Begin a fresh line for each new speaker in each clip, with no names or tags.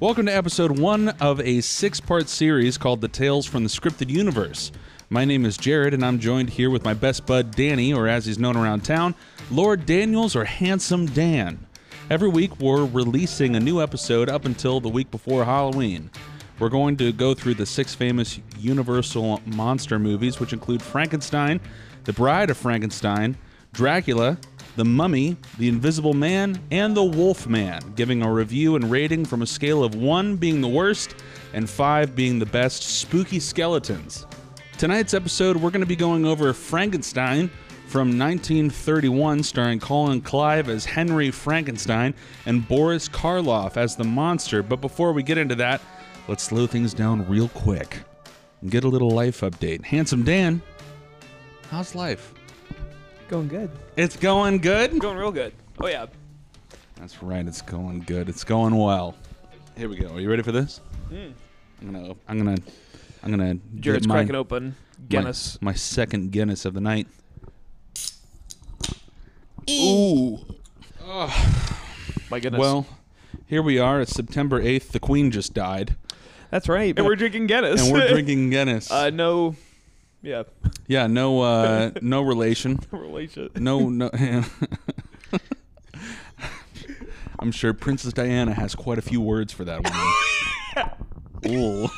Welcome to episode one of a six part series called The Tales from the Scripted Universe. My name is Jared, and I'm joined here with my best bud Danny, or as he's known around town, Lord Daniels or Handsome Dan. Every week, we're releasing a new episode up until the week before Halloween. We're going to go through the six famous Universal monster movies, which include Frankenstein, The Bride of Frankenstein, Dracula, The Mummy, The Invisible Man, and The Wolf Man, giving a review and rating from a scale of 1 being the worst and 5 being the best spooky skeletons. Tonight's episode, we're going to be going over Frankenstein from 1931, starring Colin Clive as Henry Frankenstein and Boris Karloff as the monster. But before we get into that, let's slow things down real quick and get a little life update. Handsome Dan, how's life?
Going good.
It's going good.
Going real good. Oh yeah.
That's right. It's going good. It's going well. Here we go. Are you ready for this? I'm gonna. I'm gonna. I'm gonna.
Hmm. Jared's
get my-
cracking open Guinness.
My, my second Guinness of the night.
E. Ooh. My goodness.
Well, here we are. It's September 8th. The Queen just died.
that's right. And we're drinking Guinness.
And we're drinking Guinness.
uh, no. Yeah.
yeah, no uh, no relation.
Relation.
No, no. I'm sure Princess Diana has quite a few words for that one. Ooh.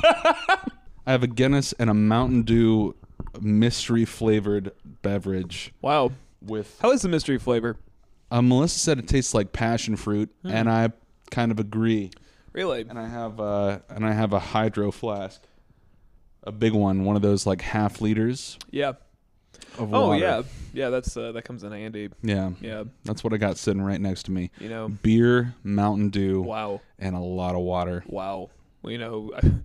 I have a Guinness and a Mountain Dew mystery flavored beverage
Wow.
with.
How is the mystery flavor?
Uh, Melissa said it tastes like passion fruit,
Hmm.
and I kind of agree.
Really?
and I have a and I have a hydro flask, a big one, one of those like half liters
Yeah.
of
Oh
water.
yeah. Yeah. That's uh, that comes in handy.
yeah,
Yeah.
That's what I got sitting right next to me.
You know.
Beer, Mountain Dew,
Wow.
and a lot of water.
Wow. Well, you know. I, feel like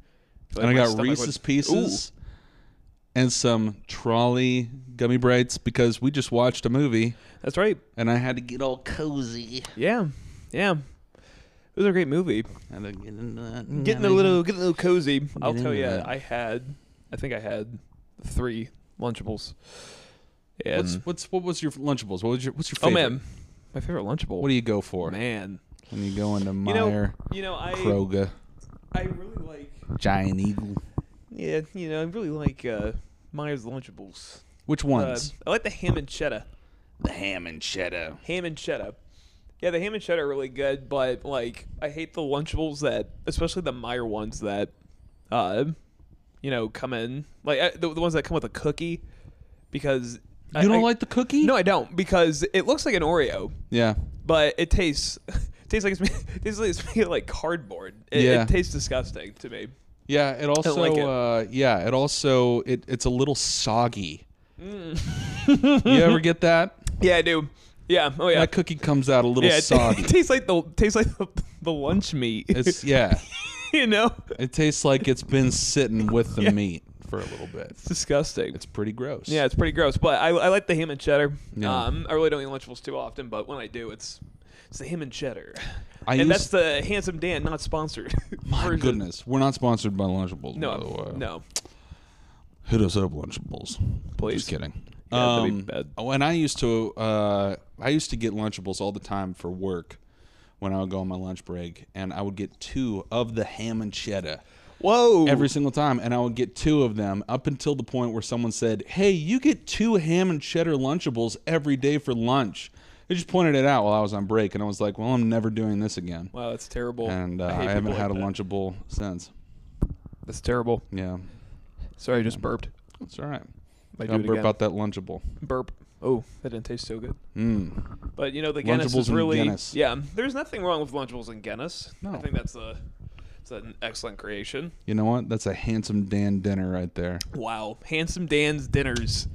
and I
my
got
stomach
Reese's
would-
Pieces and some trolley gummy brights because we just watched a movie
Ooh, that's right.
and I had to get all cozy.
Yeah. Yeah. It was a great movie.
And then
Getting a little, getting a little cozy. I'll
get
tell
into
you,
that.
I had, I think I had three Lunchables. And
What's what's what was your Lunchables? What was your what's your
oh
favorite?
man, my favorite Lunchable.
What do you go for
man?
when you go into
You know,
Meyer,
you know, I,
Kroger,
I really like.
Giant Eagle?
Yeah, you know, I really like uh, Myers Lunchables.
Which
Uh,
ones?
I like the ham and cheddar.
the ham and cheddar.
Ham and cheddar. Yeah, the ham and cheddar are really good, but like, I hate the Lunchables that, especially the Meyer ones that, uh, you know, come in like I, the, the ones that come with a cookie, because
You
I-
don't
I-
like the cookie?
No, I don't because it looks like an Oreo,
Yeah.
but it tastes tastes like it's made, tastes like it's made of, like cardboard. It,
Yeah.
it tastes disgusting to me.
Yeah. It also.
like it.
Uh, yeah. It also. It, it's a little soggy. you ever get that?
Yeah, I do. Yeah, oh Mm. yeah.
That cookie comes out a little
yeah, it,
soggy.
tastes like the tastes like the, the lunch meat.
it's yeah.
you know,
It tastes like it's been sitting with the meat for a little bit.
it's disgusting.
It's pretty gross.
yeah, it's pretty gross, but I, I like the ham and cheddar.
Yeah.
Um, I really don't eat Lunchables too often, but when I do, it's it's the ham and cheddar,
I
and
used-
that's the handsome Dan, not sponsored.
My
version.
goodness, Oh, we're not sponsored by Lunchables. by the
No,
way.
no.
Hit us up, Lunchables.
Please.
Just kidding.
Yeah, that'd be bad.
Oh, and I used to, uh, I used to get Lunchables all the time for work when I would go on my lunch break, and I would get two of the ham and cheddar
Whoa.
every single time, and I would get two of them up until the point where someone said, "Hey, you get two ham and cheddar Lunchables every day for lunch." They just pointed it out while I was on break, and I was like, "Well, I'm never doing this again."
Wow, that's terrible.
And uh,
hate
I,
people
haven't
like
had a
that.
Lunchable since.
That's terrible.
Yeah,
Sorry, I just burped.
that's all right.
I do
Gotta
it
burp
again.
out that Lunchable.
Burp. Oh, that didn't taste so good.
Mm.
But you know the Guinness
Lunchables
is
and
really
Guinness.
yeah. There's nothing wrong with Lunchables and Guinness.
No.
I think that's a it's an excellent creation.
You know what? That's a handsome Dan dinner right there.
Wow, Handsome Dan's dinners.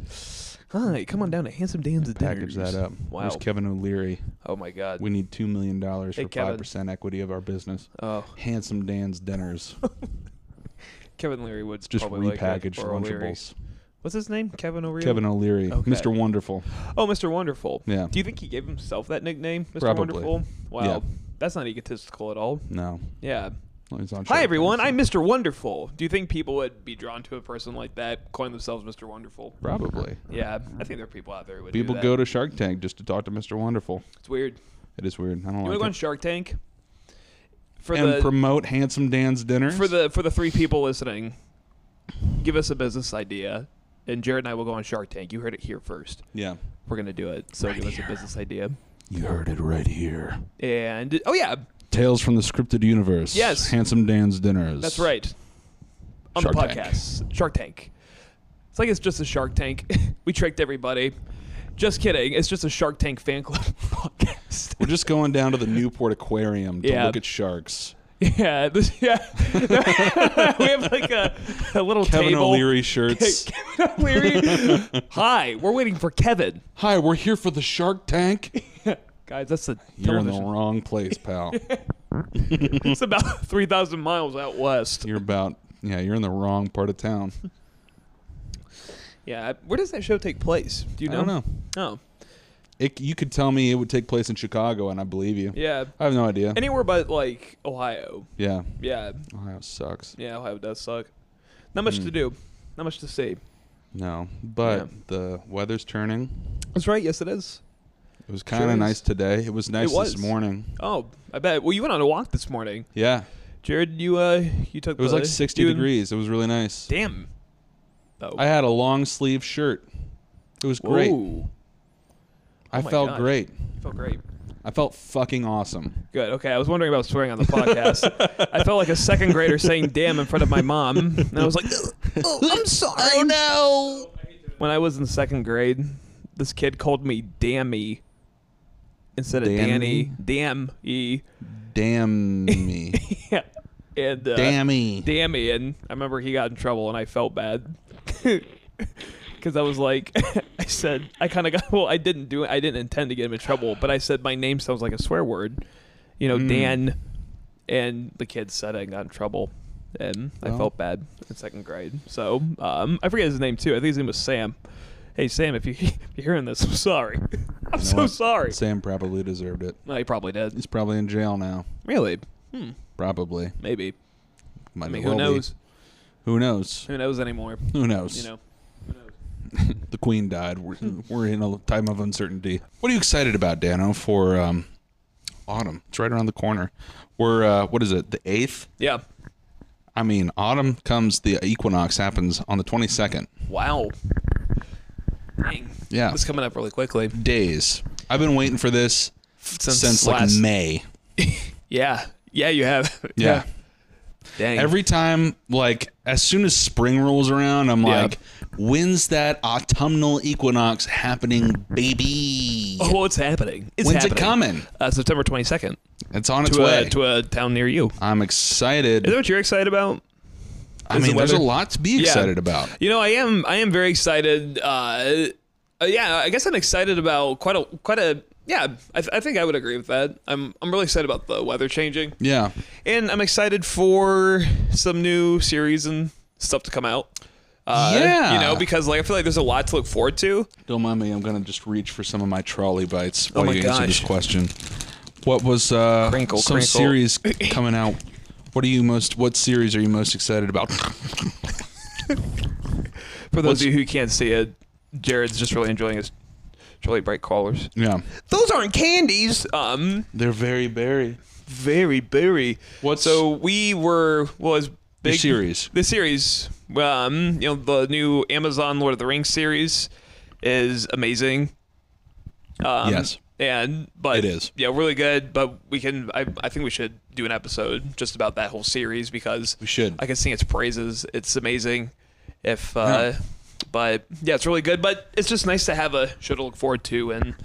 Hi, come on down to Handsome Dan's
Package
dinners.
that up.
Wow.
Where's Kevin O'Leary?
Oh my God.
We need two million dollars
Hey,
for
Kevin.
five percent equity of our business.
oh,
Handsome Dan's dinners.
Kevin Leary would
Just
probably
repackaged
like it, or O'Leary.
Lunchables.
What's his name? Kevin O'Leary.
Kevin O'Leary,
Okay.
Mr. Wonderful.
Oh, Mr. Wonderful.
Yeah.
Do you think he gave himself that nickname, Mr.
Probably.
Wonderful? Wow,
Yeah.
that's not egotistical at all.
No.
Yeah.
Well, he's on Shark
Hi
Tank,
everyone,
so-
I'm Mr. Wonderful. Do you think people would be drawn to a person like that, calling themselves Mr. Wonderful?
Probably.
Yeah, I think there are people out there who would.
People
do that.
go to Shark Tank just to talk to Mr. Wonderful.
It's weird.
It is weird. I don't
You want to
like
go
it.
on Shark Tank? for
and
the
promote Handsome Dan's dinners.
for the for the three people listening, give us a business idea, and Jared and I will go on Shark Tank. You heard it here first.
yeah,
We're gonna do it. So give us a business idea.
you heard it right here.
And oh yeah,
Tales from the scripted universe.
Yes.
Handsome Dan's dinners.
that's right. On the
Shark Tank.
podcast, Shark Tank. It's like it's just a Shark Tank. we tricked everybody. Just kidding. It's just a Shark Tank fan club podcast.
We're just going down to the Newport Aquarium to
Yeah.
look at sharks.
Yeah, this, yeah. we have like a, a little
Kevin
table.
O'Leary shirts.
Kevin O'Leary. Hi, we're waiting for Kevin.
Hi, we're here for the Shark Tank.
Guys, that's the
You're in the
television.
wrong place, pal.
It's about three thousand miles out west.
You're about yeah, you're in the wrong part of town.
Yeah, where does that show take place? Do you
I
know?
don't know.
Oh,
It, you could tell me it would take place in Chicago, and I believe you.
yeah.
I have no idea.
Anywhere but like Ohio.
yeah,
Yeah,
Ohio sucks.
yeah. Ohio does suck. Not much
Hmm.
to do. Not much to see.
No, but
Yeah.
the weather's turning.
That's right. Yes, it is.
It was kind of
is.
nice today. It was nice
was.
this morning.
Oh, I bet. Well, you went on a walk this morning,
Yeah,
Jared. You uh, you took.
it was
the,
like 60
you and-
degrees. It was really nice.
Damn. Oh.
I had a long sleeve shirt. It was
Whoa.
great.
Oh
I
my
felt
God.
great.
You felt great.
I felt fucking awesome.
Good. Okay. I was wondering about swearing on the podcast. I felt like a second grader saying damn in front of my mom. And I was like, oh, I'm sorry.
no!
When I was in second grade, this kid called me Dammy instead of
Dammy?
Danny. Damn E.
Damn me.
Yeah. And uh,
Dammy.
Dammy. And I remember he got in trouble and I felt bad. Because I was like, I said, I kind of got, well, I didn't do it. I didn't intend to get him in trouble, but I said my name sounds like a swear word. You
Hmm.
know, Dan. And the kid said I got in trouble. And I
Well.
felt bad in second grade. So um, I forget his name too. I think his name was Sam. Hey, Sam, if, you, if you're hearing this, I'm sorry. I'm so
what?
sorry.
Sam probably deserved it.
No, he probably did.
He's probably in jail now.
Really? Hmm.
Probably.
Maybe.
Might
I
as
mean,
well
who
be.
knows?
Who knows?
Who knows anymore?
Who knows?
You know. Who knows?
The Queen died. We're,
Hmm.
we're in a time of uncertainty. What are you excited about, Dano, for um, autumn? It's right around the corner. We're, uh, what is it, the 8th?
Yeah.
I mean, autumn comes, the equinox happens on the 22nd.
Wow. Dang.
Yeah.
It's coming up really quickly.
Days. I've been waiting for this since, like May.
Yeah. Yeah, you have.
Yeah.
Dang.
Every time, like, as soon as spring rolls around, I'm
Yeah.
like, when's that autumnal equinox happening, baby?
oh, well, it's happening. It's
when's
happening.
it coming?
Uh, September 22nd
It's on its
to
way.
a, to a town near you.
I'm excited.
Is that what you're excited about?
I
Is the
mean, there's a
weather-
lot to be
Yeah.
excited about.
You know, I am. I am very excited. Uh, uh, yeah, I guess I'm excited about quite a quite a. Yeah, I, th- I think I would agree with that. I'm I'm really excited about the weather changing,
Yeah.
and I'm excited for some new series and stuff to come out. Uh,
Yeah.
you know, because like I feel like there's a lot to look forward to.
Don't mind me. I'm gonna just reach for some of my trolley bites while
Oh my
you answer this
gosh.
question. What was uh,
Crinkle,
some
crinkle.
series coming out? What are you most? What series are you most excited about?
For those of you who can't see it, Jared's just really enjoying his really bright collars.
yeah,
Those aren't candies. Um,
they're very berry.
very berry.
What's-
so we were was big
series.
The series, um, you know, the new Amazon Lord of the Rings series is amazing. Um,
Yes.
and but
It is.
yeah, really good. But we can, I, I think we should do an episode just about that whole series because we
should.
I can sing its praises. It's amazing. If uh, but yeah, it's really good. But it's just nice to have a show to look forward to and.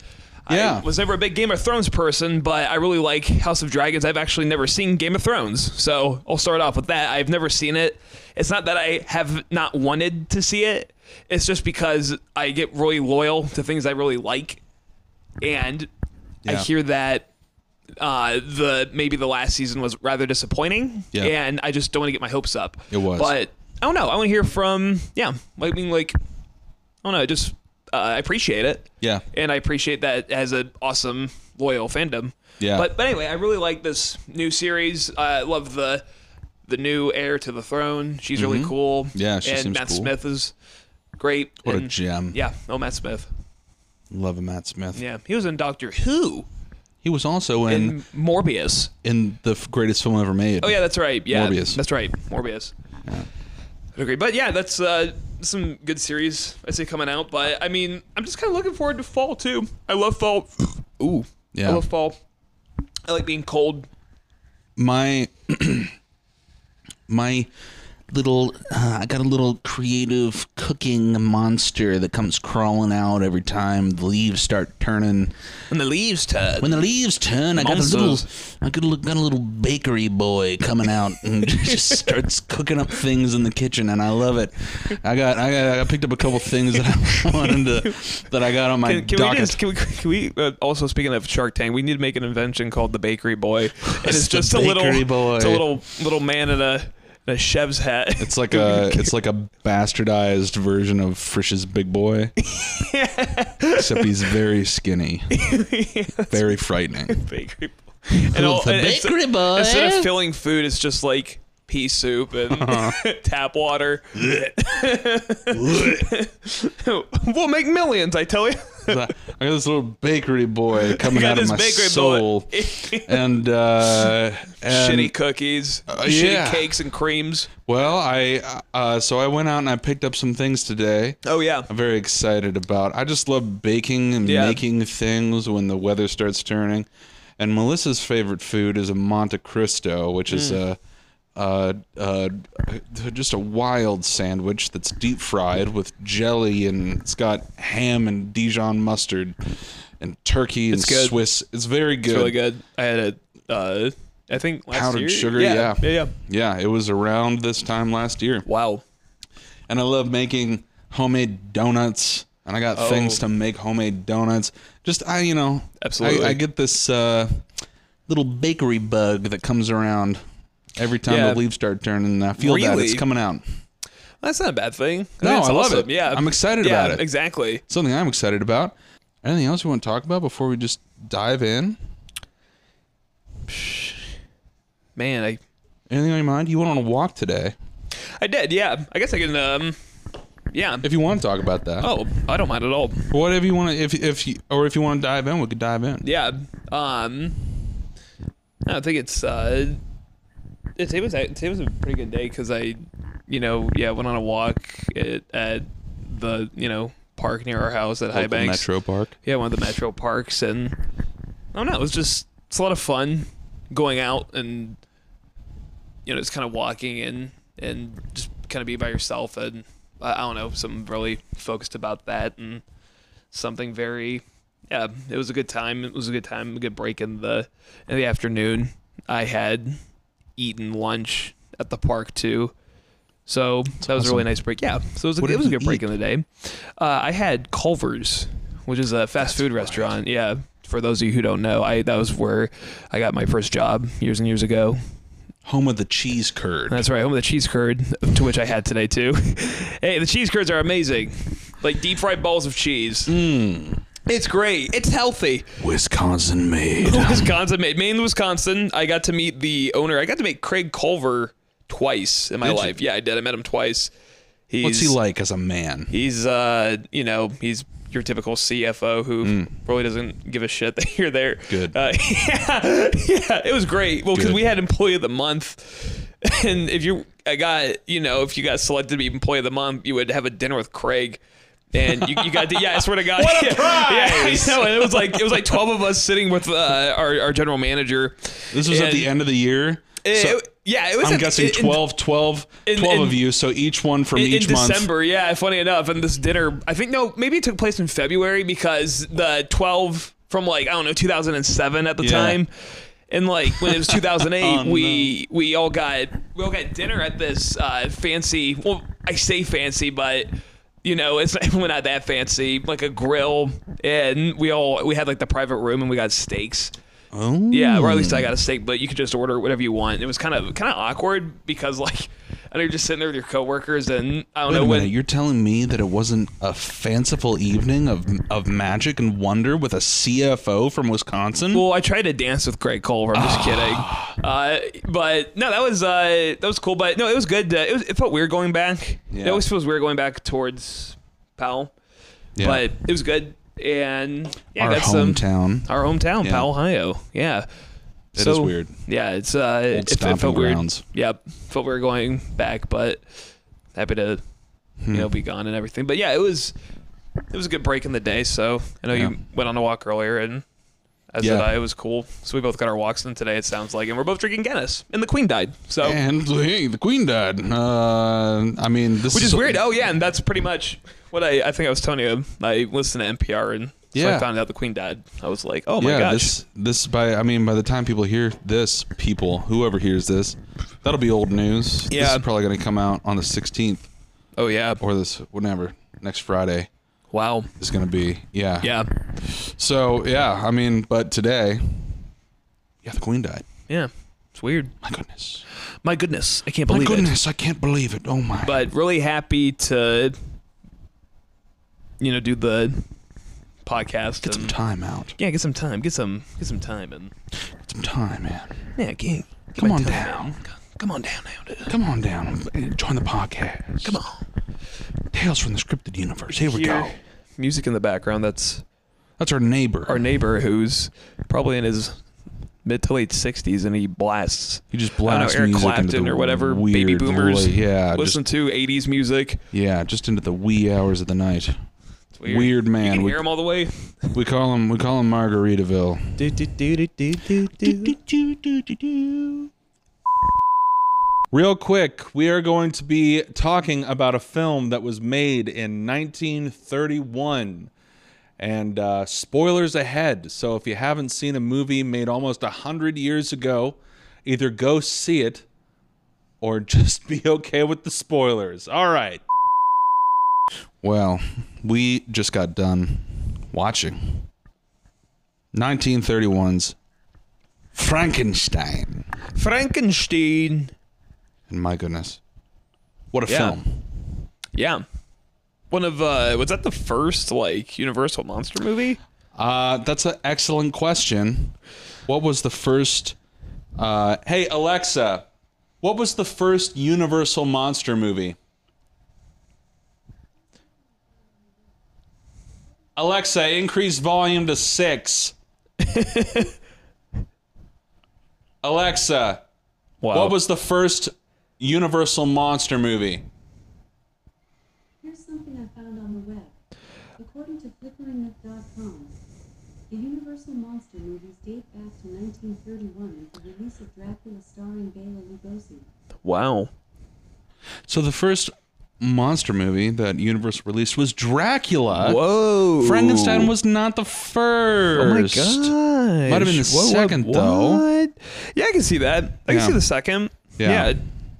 Yeah.
I was never a big Game of Thrones person, but I really like House of Dragons. I've actually never seen Game of Thrones, so I'll start off with that. I've never seen it. It's not that I have not wanted to see it. It's just because I get really loyal to things I really like, and I
Yeah.
hear that uh, the maybe the last season was rather disappointing,
Yeah.
and I just don't want to get my hopes up.
It was.
but I don't know. I want to hear from yeah. I mean, like I don't know. Just uh, I appreciate it
Yeah,
and I appreciate that as an awesome loyal fandom.
Yeah.
But but anyway, I really like this new series. I love the the new heir to the throne. She's really cool.
Mm-hmm. Yeah, she
and
seems
Matt
cool.
Smith is great.
what a
and-
gem.
Yeah, oh Matt Smith.
Love a Matt Smith.
Yeah, he was in Doctor Who.
He was also in in,
And Morbius.
the f- greatest film ever made.
Oh yeah, that's right. Yeah,
Morbius.
That's right. Morbius. I agree, but yeah, that's uh, some good series I see coming out. But I mean, I'm just kind of looking forward to fall too. I love fall. Ooh,
Yeah.
I love fall. I like being cold.
my my little uh, I got a little creative cooking monster that comes crawling out every time the leaves start turning.
When the leaves turn.
When the leaves turn, I got a little I got a, little- got a little bakery boy coming out and just starts cooking up things in the kitchen, and I love it. I got I got I picked up a couple things that I wanted to that I got on my
can, can we
docket.
just can we, can we uh, also speaking of Shark Tank, we need to make an invention called the Bakery Boy, and
It's
it's
the
just a little,
Bakery Boy.
it's a little little man in a in a chef's hat.
It's like a it's like a bastardized version of Frisch's Big Boy, except he's very skinny, very frightening.
bakery Boy. And all- and it's-
boy.
Instead of filling food, it's just like pea soup and tap water. we'll make millions, I tell you.
I got this little bakery boy coming out
got
of
this
my
bakery boy.
soul, and, uh, and uh,
shitty cookies, shitty
yeah.
cakes and creams.
well, I uh, so I went out and I picked up some things today.
Oh yeah,
I'm very excited about. I just love baking and
Yeah.
making things when the weather starts turning. And Melissa's favorite food is a Monte Cristo, which is
Mm.
a, a, a just a wild sandwich that's deep fried with jelly and it's got ham and Dijon mustard and turkey and
It's good.
Swiss. It's very good.
it's really good. I had a, uh, I think last
Powdered
year.
sugar, yeah.
yeah, yeah, yeah.
Yeah, it was around this time last year.
Wow.
and I love making homemade donuts. And I got
Oh.
things to make homemade donuts. Just I, you know,
Absolutely.
I, I get this uh, little bakery bug that comes around every time
Yeah.
the leaves start turning. And I feel that it's
Really?
coming out.
That's not a bad thing.
No,
mean, it's
I love it.
awesome. Yeah,
I'm excited
yeah,
about it.
Exactly.
Something I'm excited about. Anything else you want to talk about before we just dive in?
Man, I
Anything on your mind? You went on a walk today.
I did. Yeah, I guess I can. Um, yeah.
If you want to talk about that,
Oh, I don't mind at all.
whatever you want to, if if you, or if you want to dive in, we could dive in.
Yeah. Um. I don't think it's. Uh, it, today was a- today was a pretty good day because I, you know, yeah, went on a walk at, at the you know park near our house at High
Local
Banks.
Metro Park.
Yeah, one of the metro parks, and I don't know. It was just it's a lot of fun going out and you know just kind of walking and and just kind of be by yourself and I I don't know something really focused about that and something very yeah it was a good time it was a good time a good break in the in the afternoon I had eaten lunch at the park too so that was a really nice break yeah so it was a,
What
it
did
was a
you
good break in the day uh, I had Culver's which is a fast food restaurant yeah for those of you who don't know I that was where I got my first job years and years ago
Home of the cheese curd.
that's right. Home of the cheese curd, to which I had today too. hey, the cheese curds are amazing. Like deep fried balls of cheese. It's great. It's healthy.
Wisconsin made.
Wisconsin made Maine, Wisconsin. I got to meet the owner. I got to meet Craig Culver twice in my
Did you?
life. Yeah, I did. I met him twice. He's,
What's he like as a man?
He's uh, you know, he's your typical CFO who really doesn't give a shit that you're there.
Mm. Good.
Uh, yeah, yeah, it was great. Well, because
Good.
we had employee of the month, and if you, I got, you know, if you got selected to be employee of the month, you would have a dinner with Craig. And you, you got to, yeah, I swear to God. What a prize! Yeah, I know, and it was like it was like twelve of us sitting with uh, our our general manager.
This was at
And-
the end of the year.
It-
so
it- yeah, it was.
I'm
at-
guessing
in-
12, 12,
in-
12 of
in-
you. So each one from
in
each month.
December, yeah. Funny enough, and this dinner, I think no, maybe it took place in February because the 12 from like I don't know 2007 at the
Yeah.
time, and like when it was 2008,
Oh,
we we all got we all got dinner at this uh, fancy. Well, I say fancy, but. You know, it's we're not that fancy. Like a grill, and we all we had like the private room, and we got steaks.
Oh.
Yeah, or at least I got a steak, but you could just order whatever you want. It was kind of kind of awkward because like I know you're just sitting there with your coworkers and I don't
Wait a minute,
know when
you're telling me that it wasn't a fanciful evening of of magic and wonder with a CFO from Wisconsin?
well, I tried to dance with Craig Culver. I'm just
Ah.
kidding, uh, but no, that was uh, that was cool. But no, it was good. Uh, it was it felt weird going back.
Yeah.
It always feels weird going back towards Powell,
Yeah.
but it was good. and yeah,
Our
got some
hometown.
our hometown,
Yeah.
Pal, Ohio. Yeah.
That is
so,
weird.
Yeah, it's uh, it, it felt
stomping
weird.
grounds.
Yep, felt weird going back, but happy to
Hmm.
you know be gone and everything. But yeah, it was it was a good break in the day. So I know
Yeah.
you went on a walk earlier, and as
Yeah.
did I. It was cool. So we both got our walks in today. It sounds like, and we're both drinking Guinness. And the Queen died, so
Oh. And hey, the queen died. Uh, I mean, this
which
is
is weird. Oh yeah, and that's pretty much what I I think I was telling you. I listened to NPR and. So
Yeah.
I found out the Queen died. I was like, "Oh my
yeah,
gosh!"
this this by I mean by the time people hear this, people whoever hears this, that'll be old news. this
Yeah.
is probably going to come out on the 16th
oh yeah!
or this whenever next Friday
Wow!
is going to be. Yeah,
Yeah,
So yeah, I mean, but today, yeah, the queen died.
yeah. It's weird.
My goodness,
My goodness, I can't
my
believe it.
goodness, I can't believe it. Oh my.
but really happy to you know do the podcast
get some
and
time out.
yeah get some time get some get some time and
Get some time, man.
yeah get, get
Come
my
on
time
down.
out. Come- come on down now dude.
Come on down. Join the podcast.
come on
Tales from the scripted universe. Here we go.
Here. music in the background that's
That's our neighbor.
our neighbor who's probably in his mid to late 60s and he blasts
he just
I don't
blasts
know, Eric
music
Clapton
into the
or whatever, baby
weird
boomers.
la- Yeah,
listen
just,
to 80s music
yeah, just into the wee hours of the night.
it's
Weird,
weird, you
man.
can
We,
hear him all the way
we call him we call him Margaritaville.
do, do, do, do, do, do, do.
Real quick, we are going to be talking about a film that was made in 1931. And uh, spoilers ahead. So if you haven't seen a movie made almost 100 years ago, either go see it or just be okay with the spoilers. All right. Well, we just got done watching 1931's Frankenstein.
Frankenstein
And my goodness, what a
Yeah.
film!
Yeah. One of uh was that the first like Universal monster movie?
Uh, that's an excellent question. What was the first? Uh, hey Alexa, what was the first Universal monster movie? Alexa, increase volume to six. Alexa,
Wow.
what was the first Universal monster movie?
Here's something I found on the web. According to flickeringnet.com, the Universal Monster movies date back to 1931 with the release of Dracula starring Bela Lugosi.
Wow.
So the first monster movie that Universal released was Dracula.
Whoa.
Frankenstein was not the first.
Oh gosh.
Might have been the second, though.
Yeah, I can see that. I can
Yeah.
see the second.
Yeah.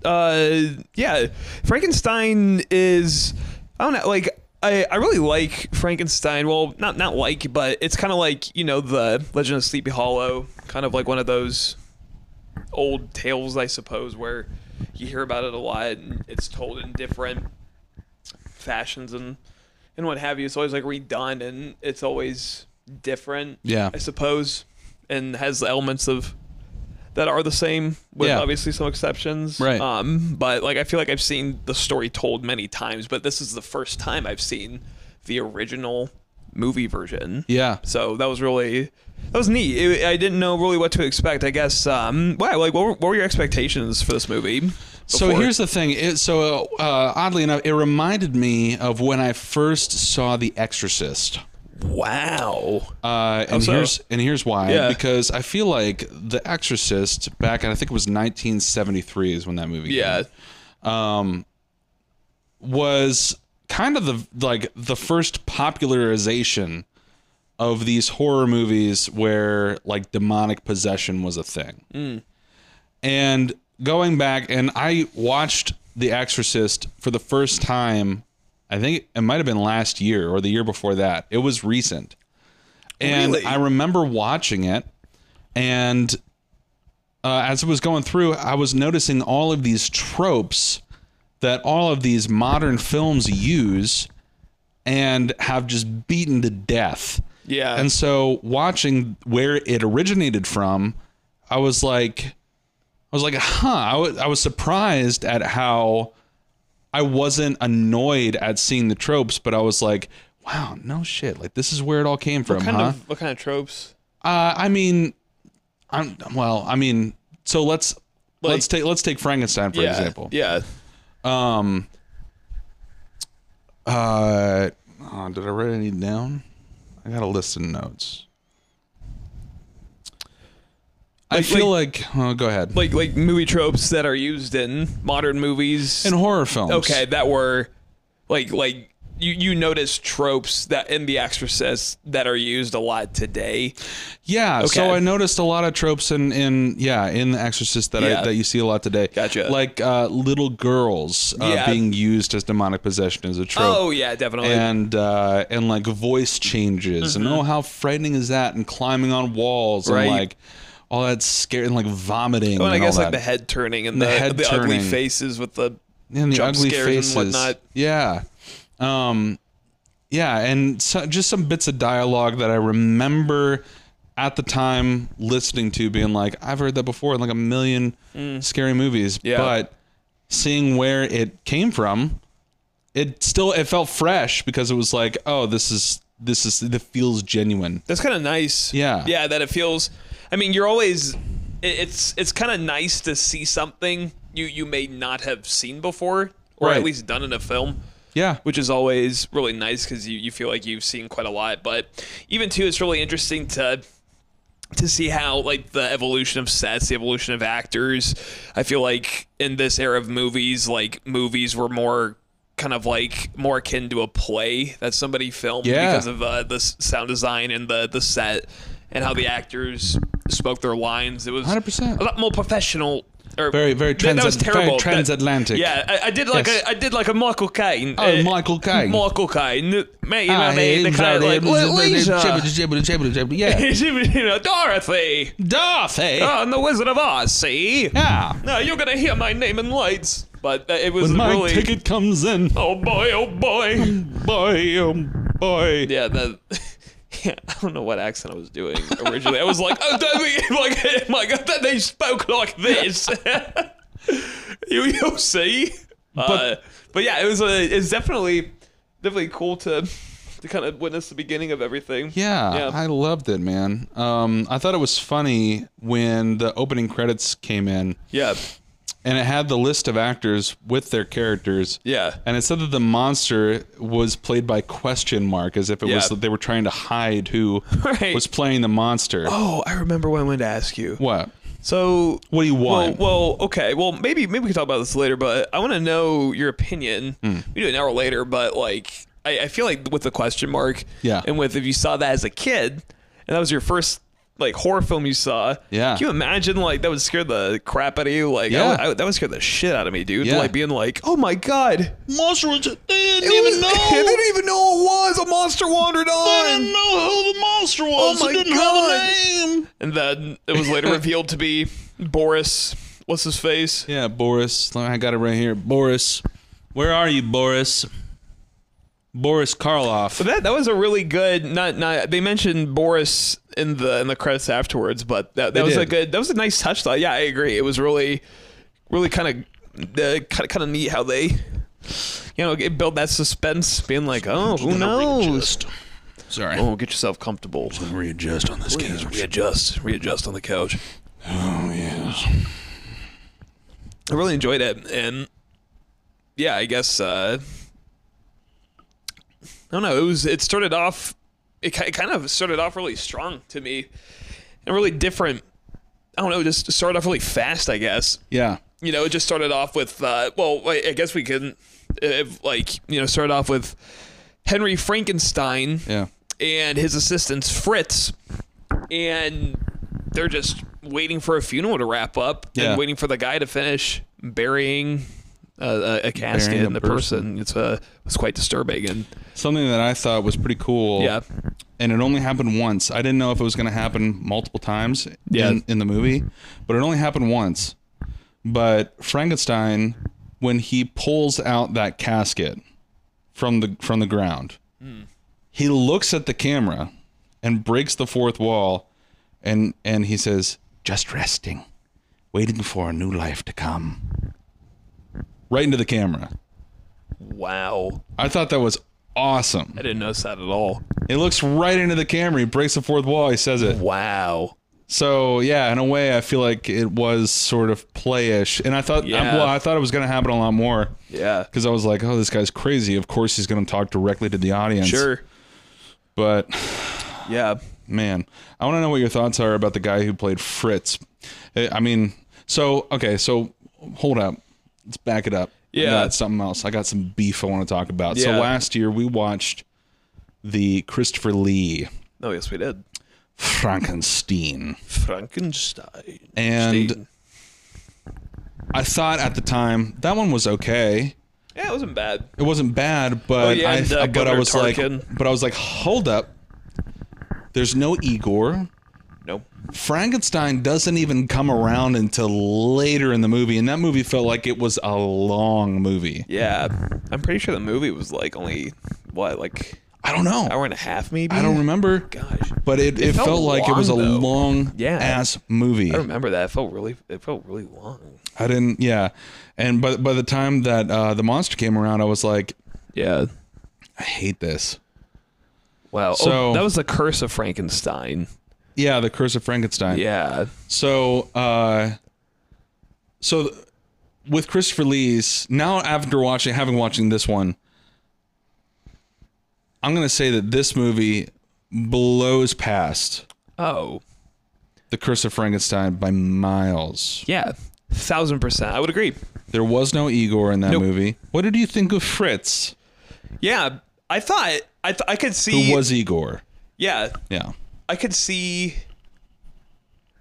Yeah. Uh yeah. Frankenstein is I don't know, like I, I really like Frankenstein. Well, not not like, but it's kind of like you know the Legend of Sleepy Hollow, kind of like one of those old tales, I suppose, where you hear about it a lot and it's told in different fashions and and what have you. It's always like redone and it's always different.
Yeah.
I suppose, and has elements of that are the same with
Yeah.
obviously some exceptions.
Right.
Um, but like I feel like I've seen the story told many times, but this is the first time I've seen the original movie version.
Yeah.
So that was really that was neat. It, I didn't know really what to expect. I guess. Um, wow. Like, what were, what were your expectations for this movie?
So
before-
here's the thing. It, so uh, oddly enough, it reminded me of when I first saw The Exorcist.
wow.
Uh,
How
and
so?
here's and here's why.
Yeah.
Because I feel like The Exorcist back, and I think it was 1973 is when that movie. came
Yeah.
was kind of the like the first popularization of these horror movies where like demonic possession was a thing. And going back and I watched The Exorcist for the first time I think it might have been last year or the year before that. It was recent. And
Really?
I remember watching it and uh, as it was going through, I was noticing all of these tropes that all of these modern films use and have just beaten to death.
Yeah.
And so watching where it originated from, I was like, I was like, huh. I wa- I was surprised at how I wasn't annoyed at seeing the tropes, but I was like, wow, no shit. Like this is where it all came from,
What kind
huh?
of what kind of tropes?
Uh, I mean, I'm well. I mean, so let's
Like-
let's take let's take Frankenstein for
yeah,
example.
Yeah.
Um. Uh, oh, did I write any down? I got a list of notes. I
Like-
feel like, oh, go ahead.
Like like movie tropes that are used in modern movies.
in horror films.
okay, that were like like you you notice tropes that in The Exorcist that are used a lot today.
Yeah. So
Okay.
I noticed a lot of tropes in in yeah in The Exorcist that I,
Yeah.
that you see a lot today.
Gotcha.
Like uh, little girls uh,
Yeah.
being used as demonic possession as a trope.
Oh yeah, definitely.
and uh, and like voice changes and oh how frightening is that and climbing on walls
Mm-hmm. Right.
and like all that scary and like vomiting
Well,
and
I guess
all
like the
that
head turning and
The
the,
head
the ugly
turning.
faces with the
and the
jump
ugly
scares
faces
and whatnot.
yeah um yeah and so, just some bits of dialogue that I remember at the time listening to being like I've heard that before in like a million scary movies
Mm. Yeah.
but seeing where it came from it still it felt fresh because it was like oh this is this is this feels genuine
That's kind of nice.
Yeah.
Yeah, that it feels. I mean, you're always. it- It's it's kind of nice to see something you you may not have seen before, or
Right.
at least done in a film,
Yeah.
which is always really nice because you you feel like you've seen quite a lot. But even too, it's really interesting to to see how like the evolution of sets, the evolution of actors. I feel like in this era of movies, like movies were more kind of like more akin to a play that somebody filmed
Yeah.
because of uh, the s- sound design and the the set and how the actors spoke their lines. It was
100%.
a lot more professional. Or,
Very- very
That- that was
transa- very
terrible. That-
transatlantic.
yeah, I, I did like
Yes.
a, I did like a Michael Caine.
Oh,
uh,
Michael Caine. Ah,
Michael Caine, mate. You know what I mean? The kind of like Lisa.
Yeah.
you know, Dorothy.
Dorothy.
Oh, and the Wizard of Oz, see?
Yeah.
No, you're gonna hear my name in lights. But uh, it was
When my
really.
ticket comes in,
Oh boy, oh boy.
boy, oh boy.
yeah, that. Yeah, I don't know what accent I was doing originally. I was like, oh, don't be, like, my God, that they spoke like this. you, you'll see. But, uh, but yeah, it was a, it's definitely, definitely cool to, to kind of witness the beginning of everything.
Yeah,
Yeah.
I loved it, man. Um, I thought it was funny when the opening credits came in,
Yeah.
and it had the list of actors with their characters.
Yeah.
And it said that the monster was played by question mark, as if it was
Yeah.
that they were trying to hide who
Right.
was playing the monster.
Oh, I remember when I went to ask you.
What?
So
What do you
well,
want?
well, okay. Well, maybe maybe we can talk about this later, but I want to know your opinion.
Hmm.
We do an hour later, but like I, I feel like with the question mark,
Yeah.
and with if you saw that as a kid, and that was your first like horror film you saw,
Yeah.
Can you imagine like that would scare the crap out of you? Like, I
Yeah.
would- I would- that would scare the shit out of me, dude.
Yeah.
Like being like, oh my god,
monster was they didn't
It was- I didn't even know it was a monster wandered on,
know who the monster was.
It didn't have a
name.
and then it was later revealed to be Boris. What's his face?
Yeah, Boris. I got it right here. Boris, where are you, Boris? Boris Karloff.
That that was a really good. Not not they mentioned Boris in the in the credits afterwards, but that, that was a
did.
good. That was a nice touch. Though. Yeah, I agree. It was really, really kind of uh, kind kind of neat how they, you know, it built that suspense, being like, oh, who knows?
Sorry.
Oh, get yourself comfortable.
Readjust on this case.
Readjust, readjust on the couch.
Oh yes.
I really enjoyed it, and yeah, I guess uh, I don't know. It was it started off, it, ki- it kind of started off really strong to me, and really different. I don't know, just started off really fast. I guess
Yeah.
you know, it just started off with uh, well, I, I guess we can, if, like you know, started off with Henry Frankenstein
Yeah.
and his assistants Fritz, and they're just waiting for a funeral to wrap up
Yeah.
and waiting for the guy to finish burying uh, a, a casket
Burying a
and a person. It's uh, it's quite disturbing and
Something that I thought was pretty cool.
yeah,
and it only happened once. I didn't know if it was going to happen multiple times
Yeah.
in, in the movie, but it only happened once. But Frankenstein, when he pulls out that casket from the from the ground, he looks at the camera and breaks the fourth wall, and and he says, "Just resting, waiting for a new life to come." Right into the camera.
wow.
I thought that was awesome.
I didn't notice that at all.
It looks right into the camera. He breaks the fourth wall. He says it.
Wow.
So yeah, in a way, I feel like it was sort of playish, and I thought,
Yeah.
well, I thought it was going to happen a lot more
Yeah.
because I was like, oh, this guy's crazy. Of course, he's going to talk directly to the audience.
Sure.
but
Yeah.
man, I want to know what your thoughts are about the guy who played Fritz. Eh, I mean, so okay, so hold up, let's back it up. I
Yeah.
got something else. I got some beef I want to talk about. So
Yeah.
last year we watched the Christopher Lee
Oh yes, we did.
Frankenstein.
Frankenstein.
And-
Stein.
I thought at the time that one was okay.
yeah, it wasn't bad.
It wasn't bad, but
yeah,
I,
and, uh,
but I
Governor
was
Tarkin.
like, but I was like, hold up. There's no Igor.
No.
Frankenstein doesn't even come around until later in the movie, and that movie felt like it was a long movie.
Yeah, I'm pretty sure the movie was like only what like
I don't know.
hour and a half maybe.
I don't remember.
Gosh,
But it, it, felt,
felt
like it was a
long, though.
long
Yeah.
ass movie.
I remember that. It felt really. It felt really long.
I didn't, yeah. And by, by the time that uh, the monster came around, I was like,
Yeah.
I hate this.
Wow.
So-
oh, that was the curse of Frankenstein.
Yeah, The Curse of Frankenstein.
Yeah.
So, uh, so th- with Christopher Lee's now after watching, having watching this one, I'm gonna say that this movie blows past
Oh.
The Curse of Frankenstein by miles.
Yeah. Thousand percent. I would agree.
There was no Igor in that
Nope.
movie. What did you think of Fritz?
Yeah. I thought I th- I could see.
Who was Igor?
Yeah.
Yeah.
I could see.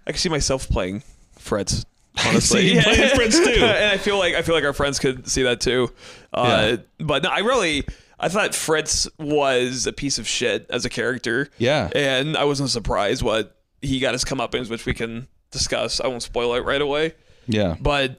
I could see myself playing Fritz. Honestly,
you playing Fritz too.
and I feel like I feel like our friends could see that too. Uh, But no, I really I thought Fritz was a piece of shit as a character.
Yeah.
and I wasn't surprised what he got his comeuppance, which we can discuss. I won't spoil it right away,
Yeah.
but.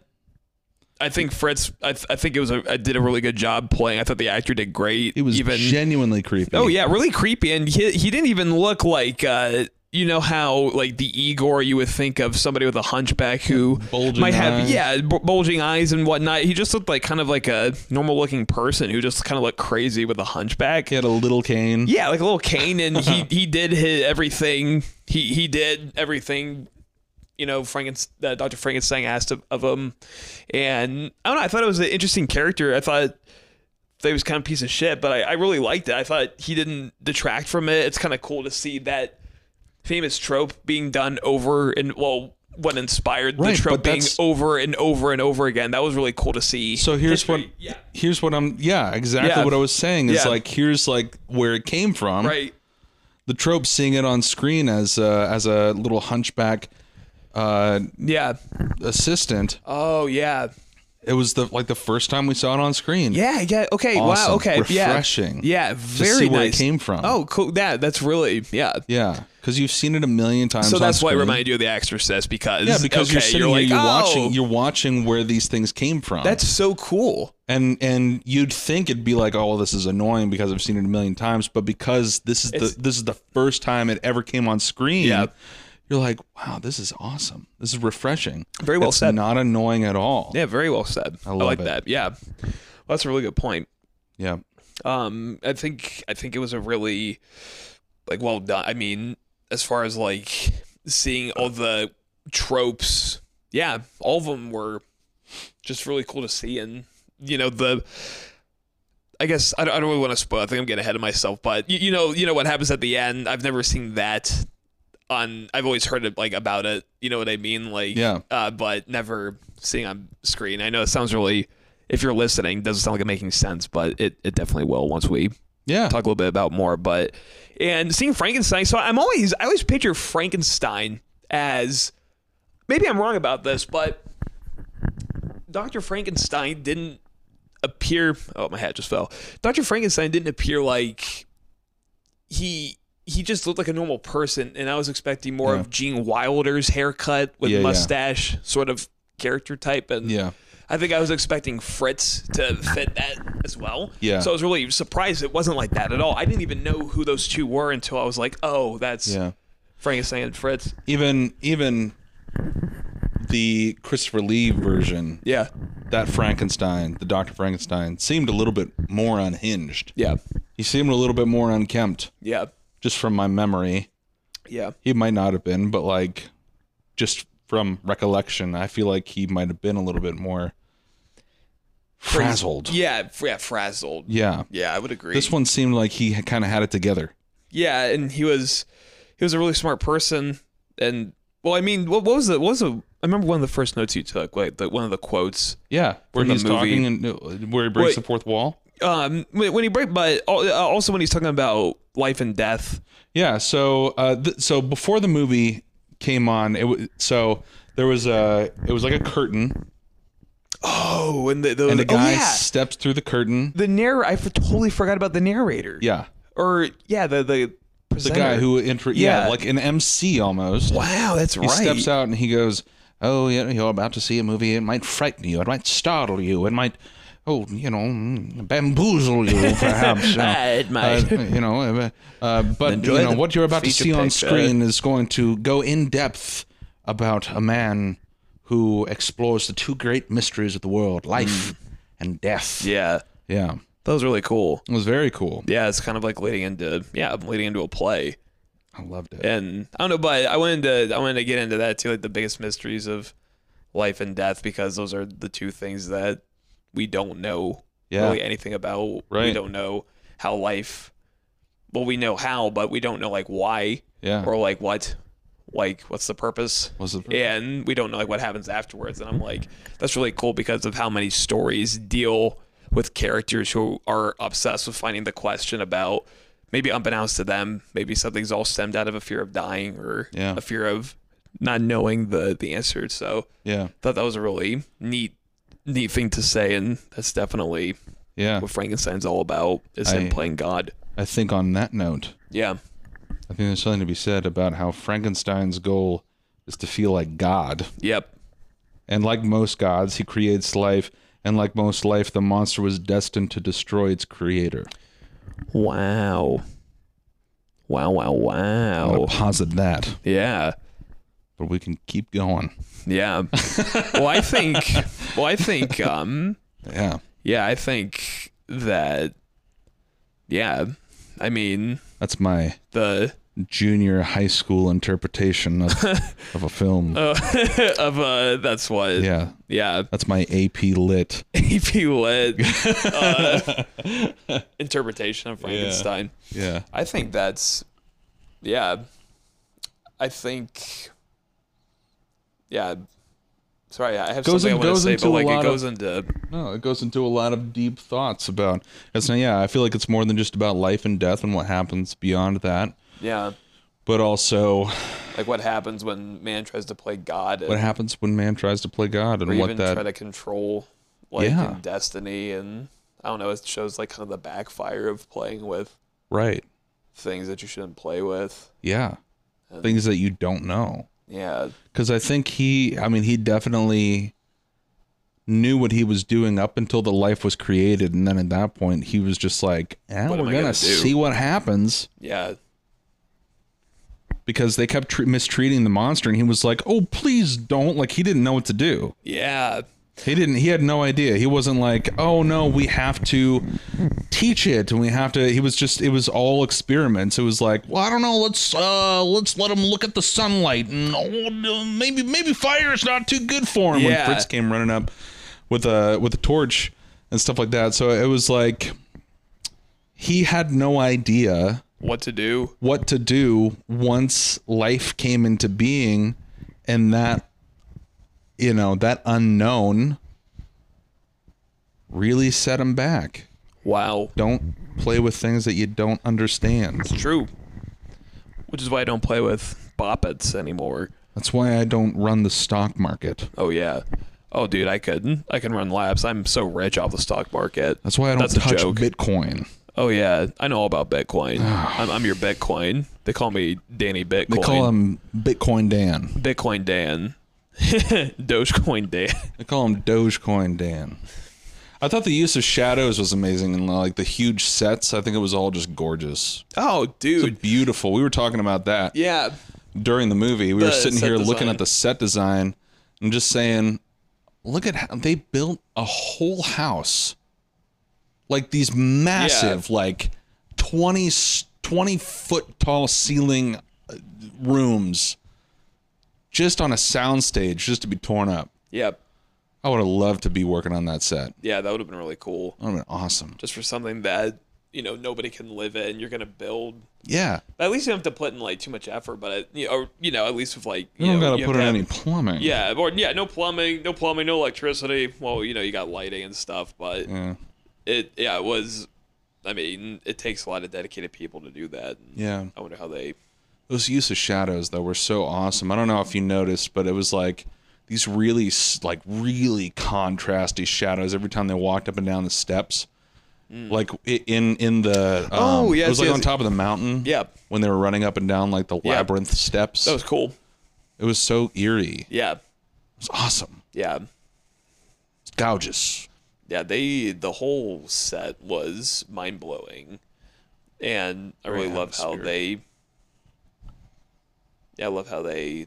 I think Fritz. I, th- I think it was. A, I did a really good job playing. I thought the actor did great.
It was
even
genuinely creepy.
Oh yeah, really creepy, and he he didn't even look like uh, you know how like the Igor you would think of somebody with a hunchback who
Bulging
might have
eyes.
yeah b- bulging eyes and whatnot. He just looked like kind of like a normal looking person who just kind of looked crazy with a hunchback.
He had a little cane.
Yeah, like a little cane, and he he did his everything. He he did everything. You know, Frankenstein, uh, Doctor Frankenstein asked of, of him, and I don't know. I thought it was an interesting character. I thought that he was kind of a piece of shit, but I, I really liked it. I thought he didn't detract from it. It's kind of cool to see that famous trope being done over and well, what inspired
Right,
the trope
but
being
that's-
over and over and over again. That was really cool to see.
So here's
history.
what
yeah,
here's what I'm yeah, exactly
Yeah.
what I was saying is
Yeah.
like here's like where it came from.
right.
The trope seeing it on screen as uh, as a little hunchback uh,
Yeah.
assistant.
Oh yeah.
It was the like the first time we saw it on screen.
Yeah, yeah. Okay.
Awesome,
Wow. Okay.
refreshing
Yeah. Yeah.
see
Very
where it
nice.
came from.
Oh, cool. Yeah. That's really yeah.
Yeah, because you've seen it a million times.
So
on
that's why it
screen.
reminded you of The Exorcist because
Yeah, because
okay,
you're sitting
like,
here, you're
oh,
watching, you're watching where these things came from.
that's so cool.
and and you'd think it'd be like, oh, well, this is annoying because I've seen it a million times, but because this is
It's-
the this is the first time it ever came on screen.
Yeah.
You're like, wow, this is awesome. This is refreshing.
Very well
It's
said.
Not annoying at all.
Yeah. Very well said. I,
love
like
it.
that. Yeah. Well, that's a really good point.
Yeah.
Um, I think I think it was a really like well done. I mean, as far as like seeing all the tropes, yeah, all of them were just really cool to see, and you know the. I guess I don't, I don't really want to spoil. I think I'm getting ahead of myself, but you, you know, you know what happens at the end. I've never seen that on. I've always heard it like about it. You know what I mean? Like,
Yeah.
Uh, but never seeing on screen. I know it sounds really. If you're listening, it doesn't sound like it's making sense, but it, it definitely will once we
Yeah.
talk a little bit about more. But and seeing Frankenstein, so I'm always I always picture Frankenstein as maybe I'm wrong about this, but Doctor Frankenstein didn't appear. Oh, my hat just fell. Doctor Frankenstein didn't appear like he. He just looked like a normal person, and I was expecting more
Yeah.
of Gene Wilder's haircut with
Yeah, yeah.
mustache sort of character type, and
Yeah.
I think I was expecting Fritz to fit that as well.
Yeah.
So I was really surprised it wasn't like that at all. I didn't even know who those two were until I was like, oh, that's
Yeah.
Frankenstein and Fritz.
Even even the Christopher Lee version,
Yeah.
that Frankenstein, the Doctor Frankenstein, seemed a little bit more unhinged.
Yeah.
He seemed a little bit more unkempt,
Yeah.
just from my memory.
Yeah.
He might not have been, but like, just from recollection, I feel like he might have been a little bit more frazzled.
Yeah, fr- yeah, frazzled. Yeah,
Yeah.
I would agree.
This one seemed like he kind of had it together.
Yeah, and he was he was a really smart person. And well, I mean, what, what was the what was the I remember one of the first notes you took, like the, one of the quotes.
Yeah, where
From the
he's
movie.
talking and uh, where he breaks
Wait.
the fourth wall.
Um, when when he break, but al- uh, also when he's talking about life and death.
Yeah. So, uh, th- so before the movie came on, it was so there was a it was like a curtain,
Oh, and the, the,
and the guy
oh, yeah.
steps through the curtain.
the narrator. I for, totally forgot about the narrator.
Yeah,
Or yeah, the the
the guy who intro, yeah,
Yeah.
like an MC almost.
Wow, that's
He
right.
steps out and he goes, "Oh, yeah, you're about to see a movie. It might frighten you. It might startle you. It might." Oh, you know, mm, bamboozle you, perhaps. you know.
Ah, it might.
Uh, you know, uh, uh, but
Enjoy
you know
the
what you're about to
feature
see on
picture.
screen is going to go in depth about a man who explores the two great mysteries of the world: life
Hmm.
and death.
yeah,
yeah,
that was really cool.
it was very cool.
Yeah, it's kind of like leading into yeah, leading into a play.
I loved it.
and I don't know, but I wanted to I wanted to get into that too, like the biggest mysteries of life and death, because those are the two things that we don't know
Yeah.
really anything about.
Right.
We don't know how life. Well, we know how, but we don't know like why
Yeah,
or like what, like what's the purpose.
was it?
And we don't know like what happens afterwards. And I'm like, that's really cool because of how many stories deal with characters who are obsessed with finding the question about maybe unbeknownst to them, maybe something's all stemmed out of a fear of dying or
Yeah.
a fear of not knowing the the answer. So
Yeah,
thought that was a really neat neat thing to say and that's definitely
yeah.
what Frankenstein's all about is him
I-
playing God.
I think on that note,
Yeah.
I think there's something to be said about how Frankenstein's goal is to feel like God.
Yep.
And like most gods, he creates life, and like most life, the monster was destined to destroy its creator.
Wow. Wow, wow,
I'm gonna
wow.
posit that,
Yeah.
but we can keep going.
Yeah. well, I think. Well, I think. Um.
Yeah,
Yeah, I think that. Yeah, I mean
that's my
the
junior high school interpretation of, of a film.
of uh that's what
yeah,
yeah
that's my AP Lit.
AP lit uh, interpretation of Frankenstein.
Yeah,
I think that's yeah. I think yeah. Sorry, I have
Goes
something
in-
I want
goes
to say,
into a
but like
lot
it
of-
goes into
no, it goes into a lot of deep thoughts about. It's yeah, I feel like it's more than just about life and death and what happens beyond that,
yeah,
but also
like what happens when man tries to play God. and-
what happens when man tries to play God and
or
what
even
that
try to control like
Yeah.
in destiny and i don't know it shows like kind of the backfire of playing with
right.
things that you shouldn't play with
Yeah. Things that you don't know.
yeah
Because I think he, I mean, he definitely knew what he was doing up until the life was created. And then at that point, he was just like, eh,
What am
we're
I
going to
gonna do?"
see what happens.
yeah
Because they kept tre- mistreating the monster. And he was like, oh, please don't. Like, he didn't know what to do.
yeah
He didn't, he had no idea. He wasn't like, oh, no, we have to teach it. And we have to, he was just, it was all experiments. It was like, well, I don't know. Let's, uh, let's let him look at the sunlight. And oh, no, maybe, maybe fire is not too good for him. When
Yeah.
Fritz came running up with a, with a torch and stuff like that. So it was like, he had no idea
what to do
what to do once life came into being and that you know that unknown really set him back
wow
don't play with things that you don't understand
true which is why i don't play with boppets anymore
that's why i don't run the stock market
oh yeah oh dude i could i can run laps i'm so rich off the stock market
that's why i don't
That's a
touch
joke.
bitcoin
oh yeah i know all about bitcoin I'm, I'm your bitcoin they call me danny bitcoin
they call him bitcoin dan
Bitcoin Dan, Dogecoin Dan.
they call him dogecoin dan i thought the use of shadows was amazing and like the huge sets i think it was all just gorgeous
Oh, dude.
beautiful we were talking about that
Yeah.
during the movie. We were
The
sitting
set
here looking
design.
at the set design and just saying, look at how they built a whole house. Like these massive, like 20, s- 20 foot tall ceiling uh, rooms just on a soundstage just to be torn up.
Yep.
I would have loved to be working on that set.
Yeah, that would have been really cool.
That would have been awesome.
Just for something that you know nobody can live in. You're gonna build.
Yeah.
At least you don't have to put in like too much effort, but it, you know, or, you know, at least with like
You
you
don't
know,
got
you
to
have
put in
have-
any plumbing.
Yeah, or yeah, no plumbing, no plumbing, no electricity. Well, you know, you got lighting and stuff, but
Yeah.
it yeah, it was. I mean, it takes a lot of dedicated people to do that.
Yeah.
I wonder how they.
Those use of shadows though were so awesome. I don't know if you noticed, but it was like these really s- like really contrasty shadows every time they walked up and down the steps. Like i- in in the um,
Mm. Oh, yes,
it was like
yes.
on top of the mountain.
Yeah.
when they were running up and down like the
Yeah.
labyrinth steps.
That was cool.
it was so eerie. It
Yeah,
was awesome.
yeah,
It's gorgeous.
yeah. They the whole set was mind blowing, and I really
Great
love how
atmosphere.
they. Yeah, I love how they,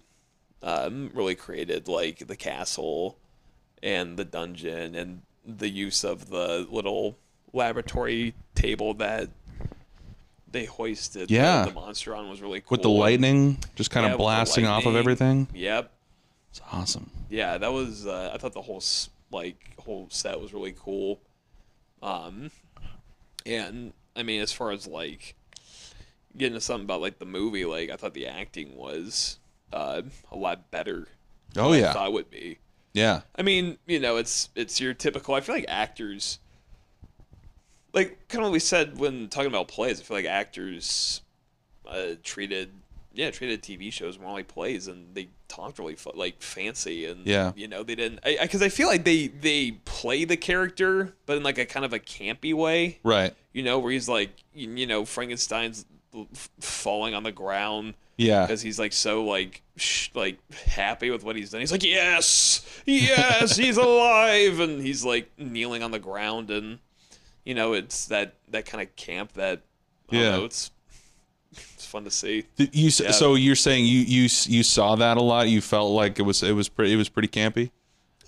um, really created like the castle, and the dungeon, and the use of the little laboratory table that they hoisted. the-
Yeah.
the, monster on was really cool
With the lightning just kind of
Yeah, with the
blasting off of
lightning.
everything.
Yep.
It's awesome.
yeah that was uh, i thought the whole s- like whole set was really cool um and i mean as far as like getting to something about like the movie like i thought the acting was uh a lot better
Oh
than i
yeah.
thought it would be
Yeah.
i mean you know it's it's your typical i feel like actors like kind of what we said when talking about plays i feel like actors uh treated yeah treated tv shows more like plays and they talked really fu- like fancy and
Yeah.
you know they didn't because I, 'cause I feel like they they play the character but in like a kind of a campy way
Right.
you know where he's like you, you know frankenstein's l- f- falling on the ground
Yeah.
because he's like so like sh- like happy with what he's done. He's like, yes, yes, he's alive, and he's like kneeling on the ground, and you know it's that that kind of camp that I
Yeah.
yeah, know, it's it's fun to see.
Th- You s
Yeah.
so you're saying you you s- you saw that a lot. You felt like it was it was pretty it was pretty campy.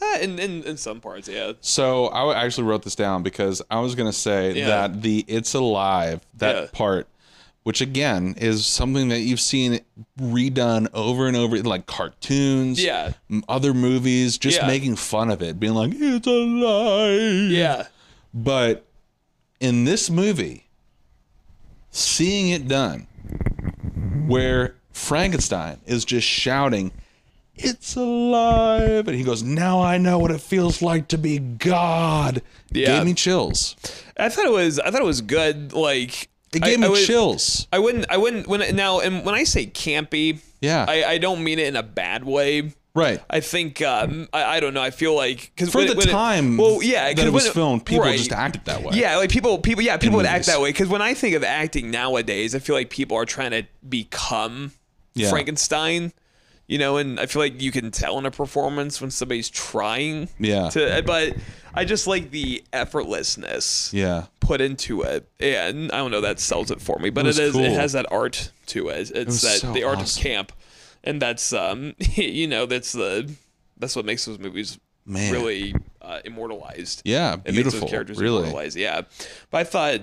Uh, in, in in some parts, yeah,
So I w- actually wrote this down because I was gonna say
Yeah.
that the "It's Alive" that
Yeah.
part, which again is something that you've seen redone over and over, in like cartoons,
Yeah.
m- other movies, just
Yeah.
making fun of it, being like "It's alive."
yeah,
But in this movie, seeing it done, where Frankenstein is just shouting, It's alive. And he goes, Now I know what it feels like to be God. It
Yeah.
gave me chills.
I thought it was I thought it was good. Like
It gave
I,
me
I would-
chills.
I wouldn't. I wouldn't. When I- now, and when I say campy,
Yeah.
I, I don't mean it in a bad way.
right.
I think um, I, I don't know. I feel like because
For the time
well, yeah, 'cause
that it was
when
filmed, people
right.
just acted that way.
Yeah, like people, people, yeah, people would
movies.
act that way. Because when I think of acting nowadays, I feel like people are trying to become
Yeah.
Frankenstein. You know, and I feel like you can tell in a performance when somebody's trying.
Yeah.
To, but I just like the effortlessness
Yeah.
put into it, and I don't know that sells it for me. But
was
it is
cool.
it has that art to it. It's that
so
the art
awesome.
of camp, and that's um you know that's the that's what makes those movies
Man.
really uh, immortalized.
Yeah.
It makes
Beautiful.
those characters
really.
immortalized. Yeah, but I thought.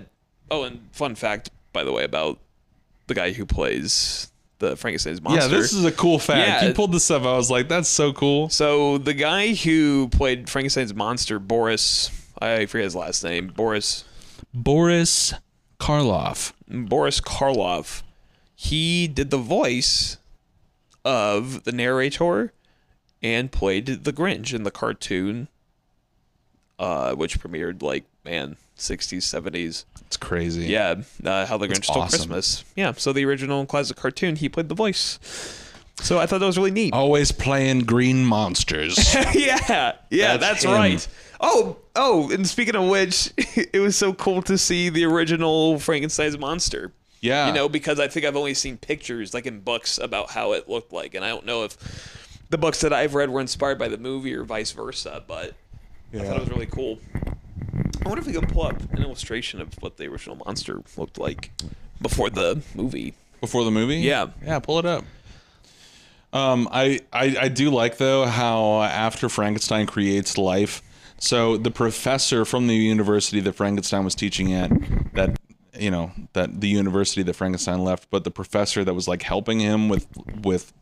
Oh, and fun fact, by the way, about the guy who plays the Frankenstein's
Yeah,
monster.
this is a cool fact.
Yeah.
You pulled this up. I was like, that's so cool.
So the guy who played Frankenstein's monster, Boris, I forget his last name, Boris
Boris Karloff.
Boris Karloff, he did the voice of the narrator and played the Grinch in the cartoon, uh, which premiered like man, sixties, seventies.
It's crazy.
Yeah, uh, How the Grinch Stole
awesome.
Christmas. Yeah, so the original classic cartoon, he played the voice. So I thought that was really neat.
Always playing green monsters.
yeah, yeah,
That's
that's,
him.
right. Oh, oh, and speaking of which, it was so cool to see the original Frankenstein's monster.
Yeah.
You know, because I think I've only seen pictures, like in books, about how it looked like, and I don't know if the books that I've read were inspired by the movie or vice versa. But I thought it was really cool. I wonder if we can pull up an illustration of what the original monster looked like before the movie.
Before the movie?
Yeah.
Yeah, pull it up. Um, I, I, I do like, though, how after Frankenstein creates life, so the professor from the university that Frankenstein was teaching at, that you know that the university that Frankenstein left, but the professor that was like helping him with with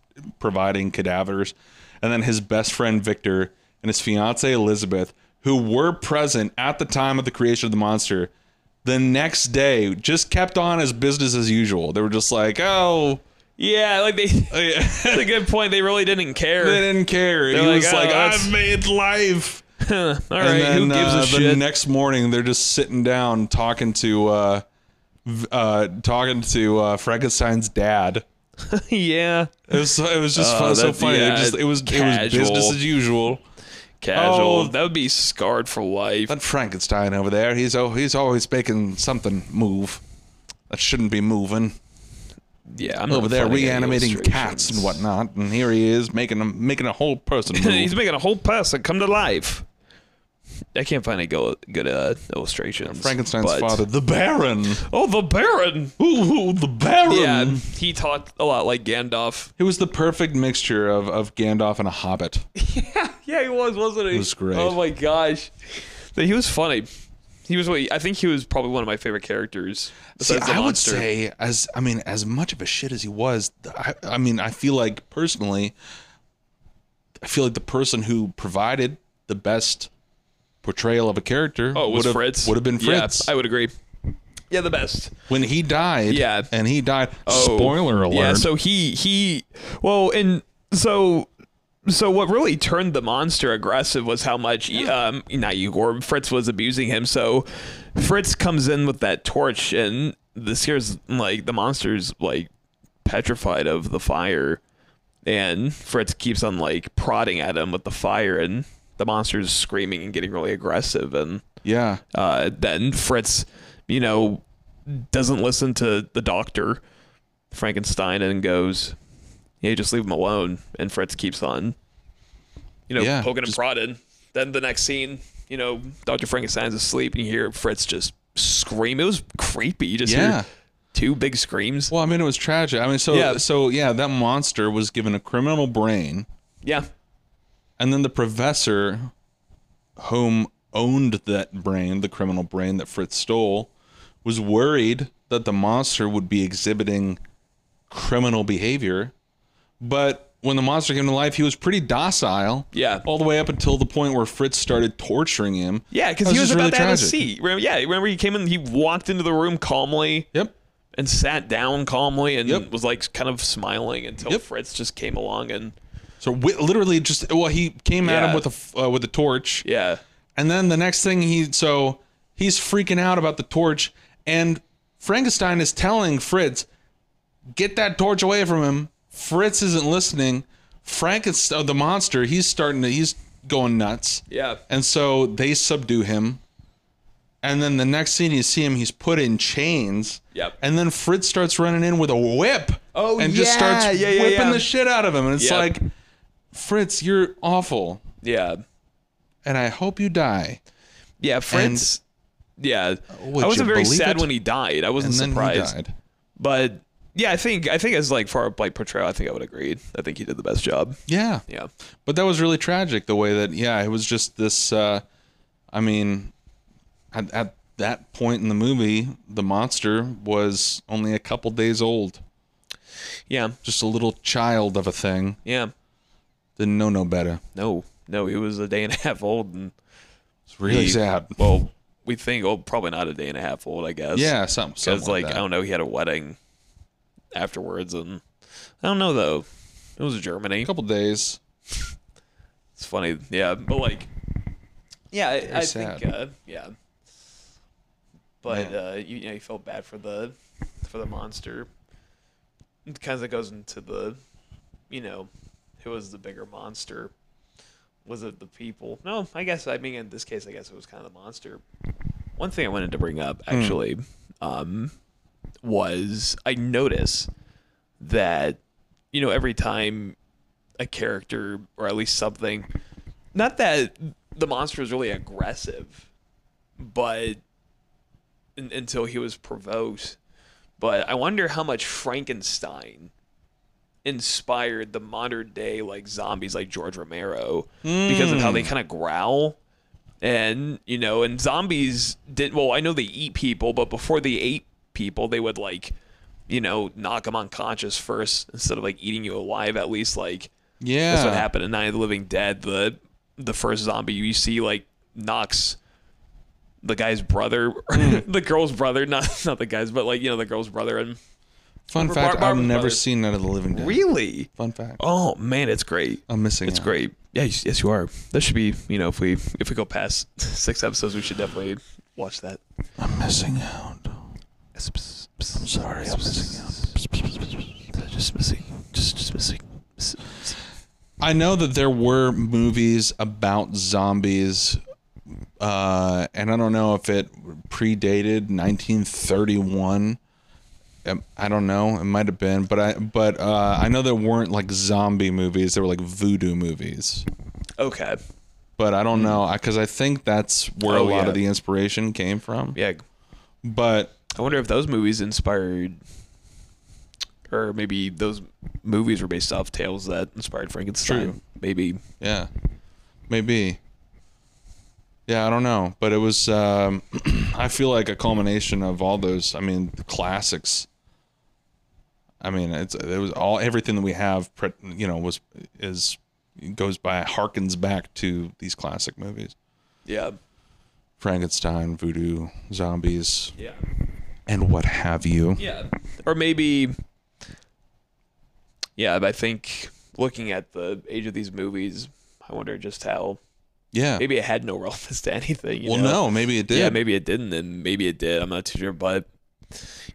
providing cadavers, and then his best friend Victor and his fiance Elizabeth, who were present at the time of the creation of the monster, the next day just kept on as business as usual. They were just like, oh.
Yeah, like they. That's a good point. They really didn't care.
They didn't care. he
like,
was
"Oh,
like,
that's-
I've made life.
All
And
right,
then
who gives a
uh, the
shit?
next morning, they're just sitting down talking to uh, v- uh, talking to uh, Frankenstein's dad.
yeah,
It was so- it was just fun, so
Oh, that-
funny.
yeah,
it, just, it was it was
casual.
business as usual.
casual.
Oh.
that would be scarred for life.
That Frankenstein over there, he's oh, he's always making something move that shouldn't be moving.
Yeah, I'm
Over
not
there,
finding any
reanimating cats and
illustrations.
whatnot, and here he is making a making a whole person
He's
move.
making a whole person come to life. I can't find any go- good uh, illustrations.
Frankenstein's
but-
father, the Baron.
Oh, the Baron.
Ooh, ooh, the Baron.
Yeah, he talked a lot like Gandalf.
It was the perfect mixture of, of Gandalf and a hobbit.
Yeah, he was, wasn't he? It
was great.
Oh my gosh, But he was funny. He was. really- I think he was probably one of my favorite characters.
See,
besides the
I would
monster.
say as I mean, as much of a shit as he was, I, I mean, I feel like personally, I feel like the person who provided the best portrayal of a character
Oh, it was
would have,
Fritz.
would have been
Yeah,
Fritz
I would agree. Yeah, the best.
when he died.
Yeah.
and he died.
Oh,
Spoiler alert!
Yeah, so he he well, and so so what really turned the monster aggressive was how much um not Igor Fritz was abusing him. So Fritz comes in with that torch and the scares like the monster's like petrified of the fire and Fritz keeps on like prodding at him with the fire and the monster's screaming and getting really aggressive and
yeah,
uh, then Fritz, you know, doesn't listen to the doctor, Frankenstein, and goes, "Yeah, just leave him alone." And Fritz keeps on, you know,
Yeah,
poking and
just-
prodding. Then the next scene, you know, Doctor Frankenstein's asleep, and you hear Fritz just scream. It was creepy. You just
Yeah.
hear two big screams.
well, I mean, it was tragic. I mean, so
Yeah.
so yeah, that monster was given a criminal brain.
Yeah,
And then the professor, whom owned that brain, the criminal brain that Fritz stole, was worried that the monster would be exhibiting criminal behavior. But when the monster came to life, he was pretty docile.
Yeah.
All the way up until the point where Fritz started torturing him.
yeah, because
That
he was
just
about
really
to have a
tragic.
seat. Remember, yeah, remember he came in, he walked into the room calmly.
Yep.
and sat down calmly and
Yep.
was like kind of smiling until
Yep.
Fritz just came along and
So wi- literally, just well, he came at him
Yeah.
with a f- uh, with a torch.
yeah.
And then the next thing he so he's freaking out about the torch, and Frankenstein is telling Fritz, "Get that torch away from him." Fritz isn't listening. Frankenstein, the monster, he's starting to he's going nuts.
Yeah.
And so they subdue him. And then the next scene you see him, he's put in chains.
Yep.
And then Fritz starts running in with a whip.
Oh,
And just starts
yeah, yeah, yeah,
whipping
yeah.
the shit out of him. And it's
Yep.
like, Fritz, you're awful.
Yeah.
And I hope you die.
Yeah, Fritz Yeah.
Oh, would
I
you
wasn't very
believe
sad
it?
when he died. I wasn't
And then
surprised.
he died.
But yeah, I think I think as like for like portrayal, I think I would agree. I think he did the best job.
Yeah.
Yeah.
But that was really tragic the way that, yeah, it was just this. Uh, I mean, at, at that point in the movie, the monster was only a couple days old,
Yeah.
just a little child of a thing.
Yeah.
Didn't know no better.
No. No, he was a day and a half old and
It's really
he-
sad.
Well, we think oh probably not a day and a half old, I guess.
Yeah, something.
Because
something
like,
like, that.
I don't know, he had a wedding afterwards, and I don't know though. It was Germany.
a couple days.
It's funny, yeah, but like, yeah, I, I think,
sad.
uh, yeah. But
Yeah.
uh, you, you know, you felt bad for the for the monster. It kind of goes into the, you know, who was the bigger monster? Was it the people? No, I guess. I mean, in this case, I guess it was kind of the monster. One thing I wanted to bring up
Hmm.
actually um, was I notice that you know every time a character or at least something, not that the monster was really aggressive, but un until he was provoked. But I wonder how much Frankenstein inspired the modern day like zombies like George Romero because of how they kind of growl and you know and zombies did well I know they eat people but before they ate people, they would like, you know, knock them unconscious first instead of like eating you alive. At least like
Yeah.
that's what happened in Night of the Living Dead. The the first zombie you see like knocks the guy's brother, the girl's brother, not not the guy's, but like you know the girl's brother. And
Fun
Bar-
fact: I've
Barbara's
never
Brothers.
seen Night of the Living Dead.
really,
Fun fact.
oh man, it's great.
I'm missing.
It's
out.
great. Yeah, yes, yes, you are. That should be, you know, if we if we go past six episodes, we should definitely watch that.
I'm missing out.
I'm sorry, I'm missing out. Just missing, just just missing.
I know that there were movies about zombies, uh, and I don't know if it predated 1931. Um, I don't know. It might have been, but I but uh, I know there weren't like zombie movies. There were like voodoo movies.
Okay,
But I don't know because I think that's where
Hmm. Oh,
a lot
yeah.
of the inspiration came from.
yeah.
But
I wonder if those movies inspired, or maybe those movies were based off tales that inspired Frankenstein.
True.
Maybe.
Yeah, maybe. Yeah, I don't know, but it was. Um, I feel like a culmination of all those. I mean, the classics. I mean, it's it was all everything that we have. pre- You know, was is goes by harkens back to these classic movies:
Yeah.
Frankenstein, voodoo, zombies,
Yeah.
and what have you.
Yeah. Or maybe Yeah, I think looking at the age of these movies, I wonder just how
Yeah.
maybe it had no relevance to anything. you
well,
know?
no, maybe it did.
Yeah, maybe it didn't and maybe it did. I'm not too sure, but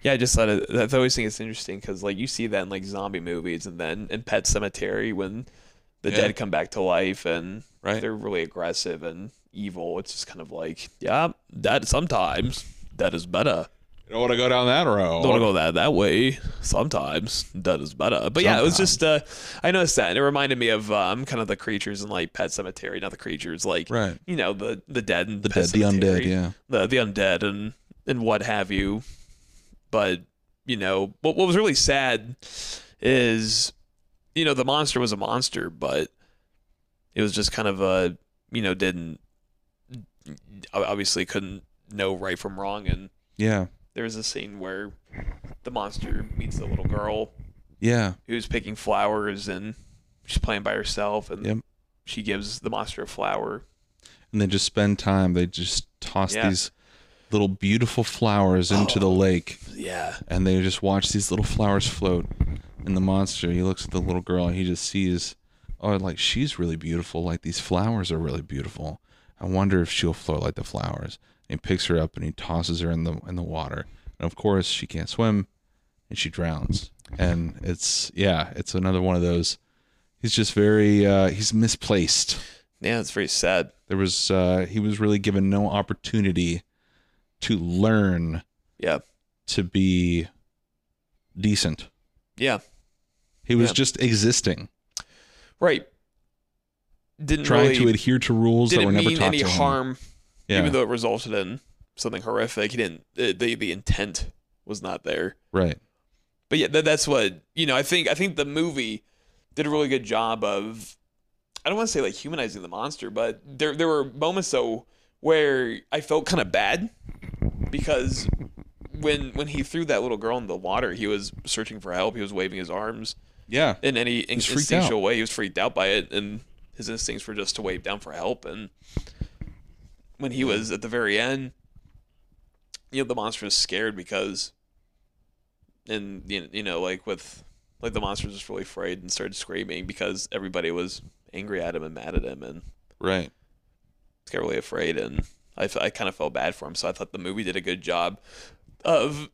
yeah, I just thought it, I always think it's interesting cuz like you see that in like zombie movies and then in Pet Cemetery when the
Yeah.
dead come back to life and
Right.
they're really aggressive and evil. It's just kind of like, yeah, that sometimes that is better
You don't want to go down that road.
don't go that that way sometimes that is better but yeah it was just uh i noticed that and it reminded me of um kind of the creatures in like pet cemetery not the creatures like
Right.
you know the the dead and the
dead, the undead, yeah.
the, the undead and and what have you but you know what, what was really sad is you know the monster was a monster but it was just kind of a you know didn't obviously couldn't know right from wrong and
Yeah.
there's a scene where the monster meets the little girl
Yeah.
who's picking flowers and she's playing by herself and
Yep.
she gives the monster a flower
and they just spend time. They just toss
Yeah.
these little beautiful flowers into the lake,
yeah
and they just watch these little flowers float. And the monster, he looks at the little girl, and he just sees, oh, like she's really beautiful. Like these flowers are really beautiful. I wonder if she'll float like the flowers. And he picks her up and he tosses her in the in the water. And of course, she can't swim, and she drowns. And it's yeah, it's another one of those. He's just very uh, he's misplaced.
yeah it's very sad
There was uh, he was really given no opportunity to learn
yeah
to be decent.
yeah
He was
Yeah.
just existing,
right didn't
trying
really,
to adhere to rules that
didn't
were never
mean
taught
any
to him.
harm
yeah,
even though it resulted in something horrific he didn't uh, the the intent was not there
right.
but yeah, that, that's what you know. I think I think the movie did a really good job of. I don't want to say like humanizing the monster, but there there were moments though where I felt kind of bad because when when he threw that little girl in the water, he was searching for help. He was waving his arms
Yeah,
in any in-
freaked
instinctual way. He was freaked out by it, and his instincts were just to wave down for help. And when he was at the very end, you know, the monster is scared because, and you you know, like with like the monster was just really afraid and started screaming because everybody was angry at him and mad at him, and
right.
just got really afraid. And I f- I kind of felt bad for him, so I thought the movie did a good job of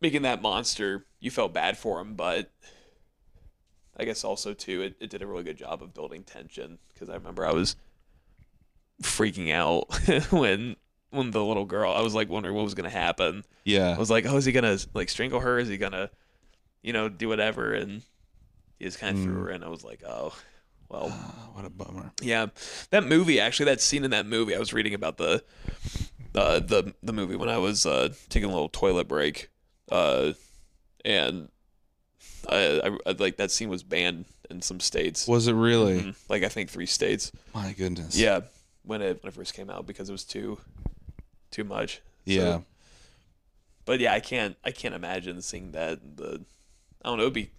making that monster. You felt bad for him, but I guess also too, it, it did a really good job of building tension because I remember I was freaking out when when the little girl. I was like wondering what was gonna happen. I
Yeah,
was like, oh, is he gonna like strangle her? Is he gonna, you know, do whatever? And he just kind of threw her, and I was like, oh, well.
Ah, what a bummer.
Yeah, that movie actually, that scene in that movie, I was reading about the uh, the the movie when I was uh, taking a little toilet break, uh, and I, I, I- like that scene was banned in some states,
Was it really?
Mm, like I think three states.
My goodness.
Yeah, when it when it first came out because it was too too much. So,
yeah.
But yeah, I can't I can't imagine seeing that. in The I don't know. It'd be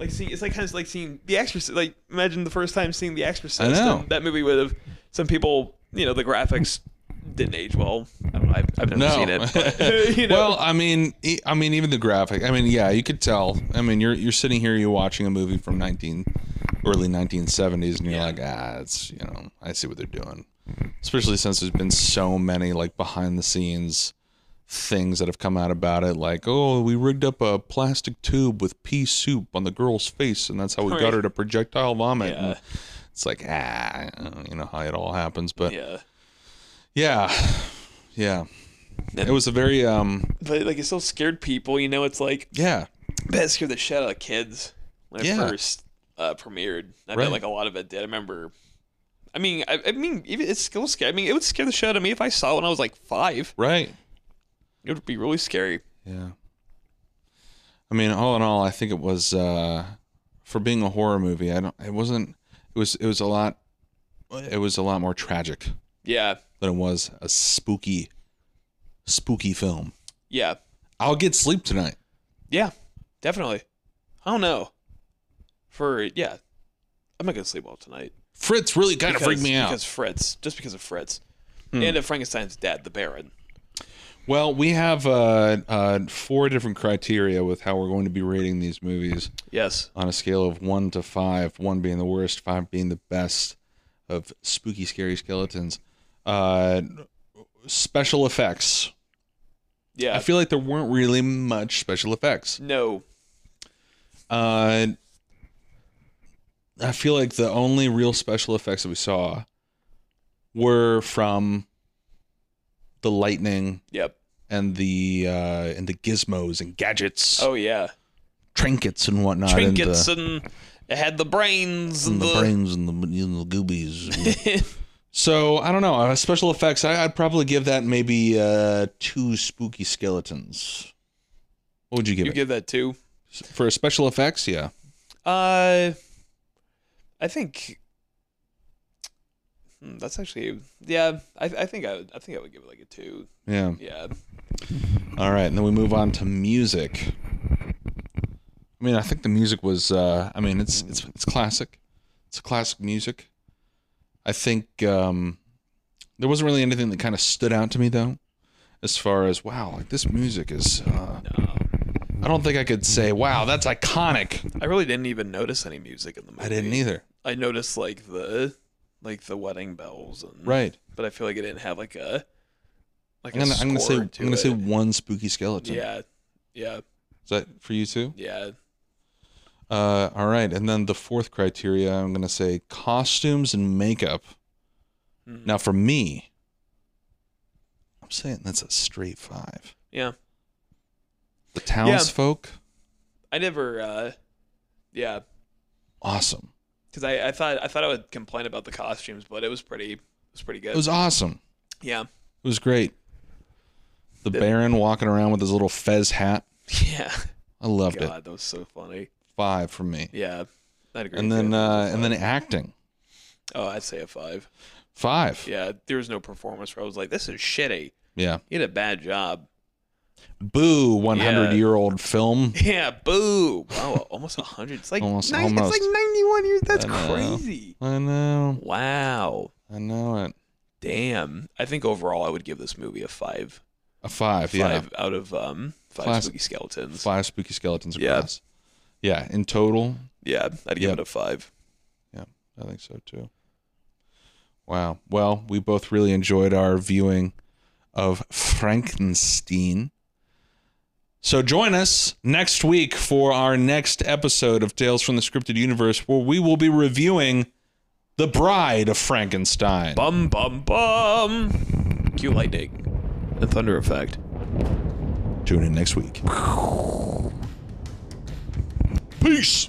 like seeing it's like kind of like seeing The Exorcist. Like imagine the first time seeing The Exorcist. and
know.
that movie would have some people. You know the graphics didn't age well. I don't know, I've, I've never
No.
seen it. but, you know.
Well, I mean, e- I mean, even the graphic. I mean, yeah, you could tell. I mean, you're you're sitting here, you're watching a movie from 19 early 1970s, and you're like, ah, it's you know, I see what they're doing. Especially since there's been so many like behind the scenes things that have come out about it, like, oh, we rigged up a plastic tube with pea soup on the girl's face, and that's how we got her to projectile vomit. And It's like, ah, you know how it all happens, but
yeah.
yeah, yeah. It was a very um
But like it still scared people. You know, it's like
yeah.
that scared the shit out of kids when
Yeah.
it first uh, premiered. I
Right.
bet like a lot of it did. I remember. I mean, I, I mean, even it's still scary. I mean, it would scare the shit out of me if I saw it when I was like five.
Right.
It would be really scary.
Yeah. I mean, all in all, I think it was uh for being a horror movie, I don't it wasn't it was it was a lot it was a lot more tragic
Yeah,
than it was a spooky spooky film.
yeah,
I'll get sleep tonight.
yeah, definitely. I don't know. For yeah, I'm not gonna sleep well tonight.
Fritz really kind of freaked
Because-
me out. Hmm.
because Fritz, just because of Fritz, and of Frankenstein's dad, the Baron.
well, we have uh, uh, four different criteria with how we're going to be rating these movies.
Yes.
on a scale of one to five, one being the worst, five being the best of spooky, scary skeletons. Uh, special effects.
Yeah.
I feel like there weren't really much special effects.
no.
Uh, I feel like the only real special effects that we saw were from the lightning
Yep.
and the uh, and the gizmos and gadgets,
Oh yeah.
trinkets and whatnot, and the-
Trinkets and it had the brains
and
and,
the
the
brains and the, and the goobies. so I don't know. Uh, special effects. I, I'd probably give that maybe uh, two spooky skeletons. What would you give
You
it
give that too.
for special effects? Yeah,
Uh, I think hmm, that's actually yeah. I, I think I would I think I would give it like a two.
yeah.
Yeah,
All right, and then we move on to music. I mean, I think the music was. Uh, I mean, it's it's it's classic. It's classic music. I think um, there wasn't really anything that kind of stood out to me though, as far as wow, like this music is. Uh, I don't think I could say wow, that's iconic.
I really didn't even notice any music in the movie.
I didn't either.
I noticed like the like the wedding bells and
Right.
but I feel like it didn't have like a like
I'm gonna,
a
I'm gonna say
score
I'm
to
gonna say
it.
one spooky skeleton.
yeah, yeah,
Is that for you too?
yeah.
Uh, all right, and then the fourth criteria, I'm gonna say costumes and makeup.
Hmm.
Now, for me, I'm saying that's a straight five.
Yeah.
The townsfolk,
I never. uh Yeah,
awesome.
because I, I thought I thought I would complain about the costumes, but it was pretty it was pretty good.
It was awesome.
yeah,
It was great. The Baron walking around with his little fez hat.
yeah.
I loved it.
God, that was so funny.
Five from me.
Yeah, I'd agree.
And
with
then,
you.
uh, and then acting,
oh, I'd say a five.
five.
Yeah, there was no performance where I was like, "This is shitty."
Yeah.
He did a bad job.
Boo, 100
Yeah.
year old film.
Yeah, boo. Wow, almost a hundred. It's like
Almost-
nine,
almost.
It's like ninety-one years. That's
I know.
crazy.
I know.
Wow.
I know it.
Damn. I think overall, I would give this movie a five.
A five. Yeah.
Five out of um five
Class-
spooky skeletons.
Five spooky skeletons
Yeah.
across. Yeah. In total,
Yeah, I'd give
Yeah.
it a five.
Yeah, I think so too. Wow. Well, we both really enjoyed our viewing of Frankenstein. So join us next week for our next episode of Tales from the Scripted Universe, where we will be reviewing The Bride of Frankenstein.
Bum bum bum. Cue lightning. The thunder effect.
Tune in next week. Peace.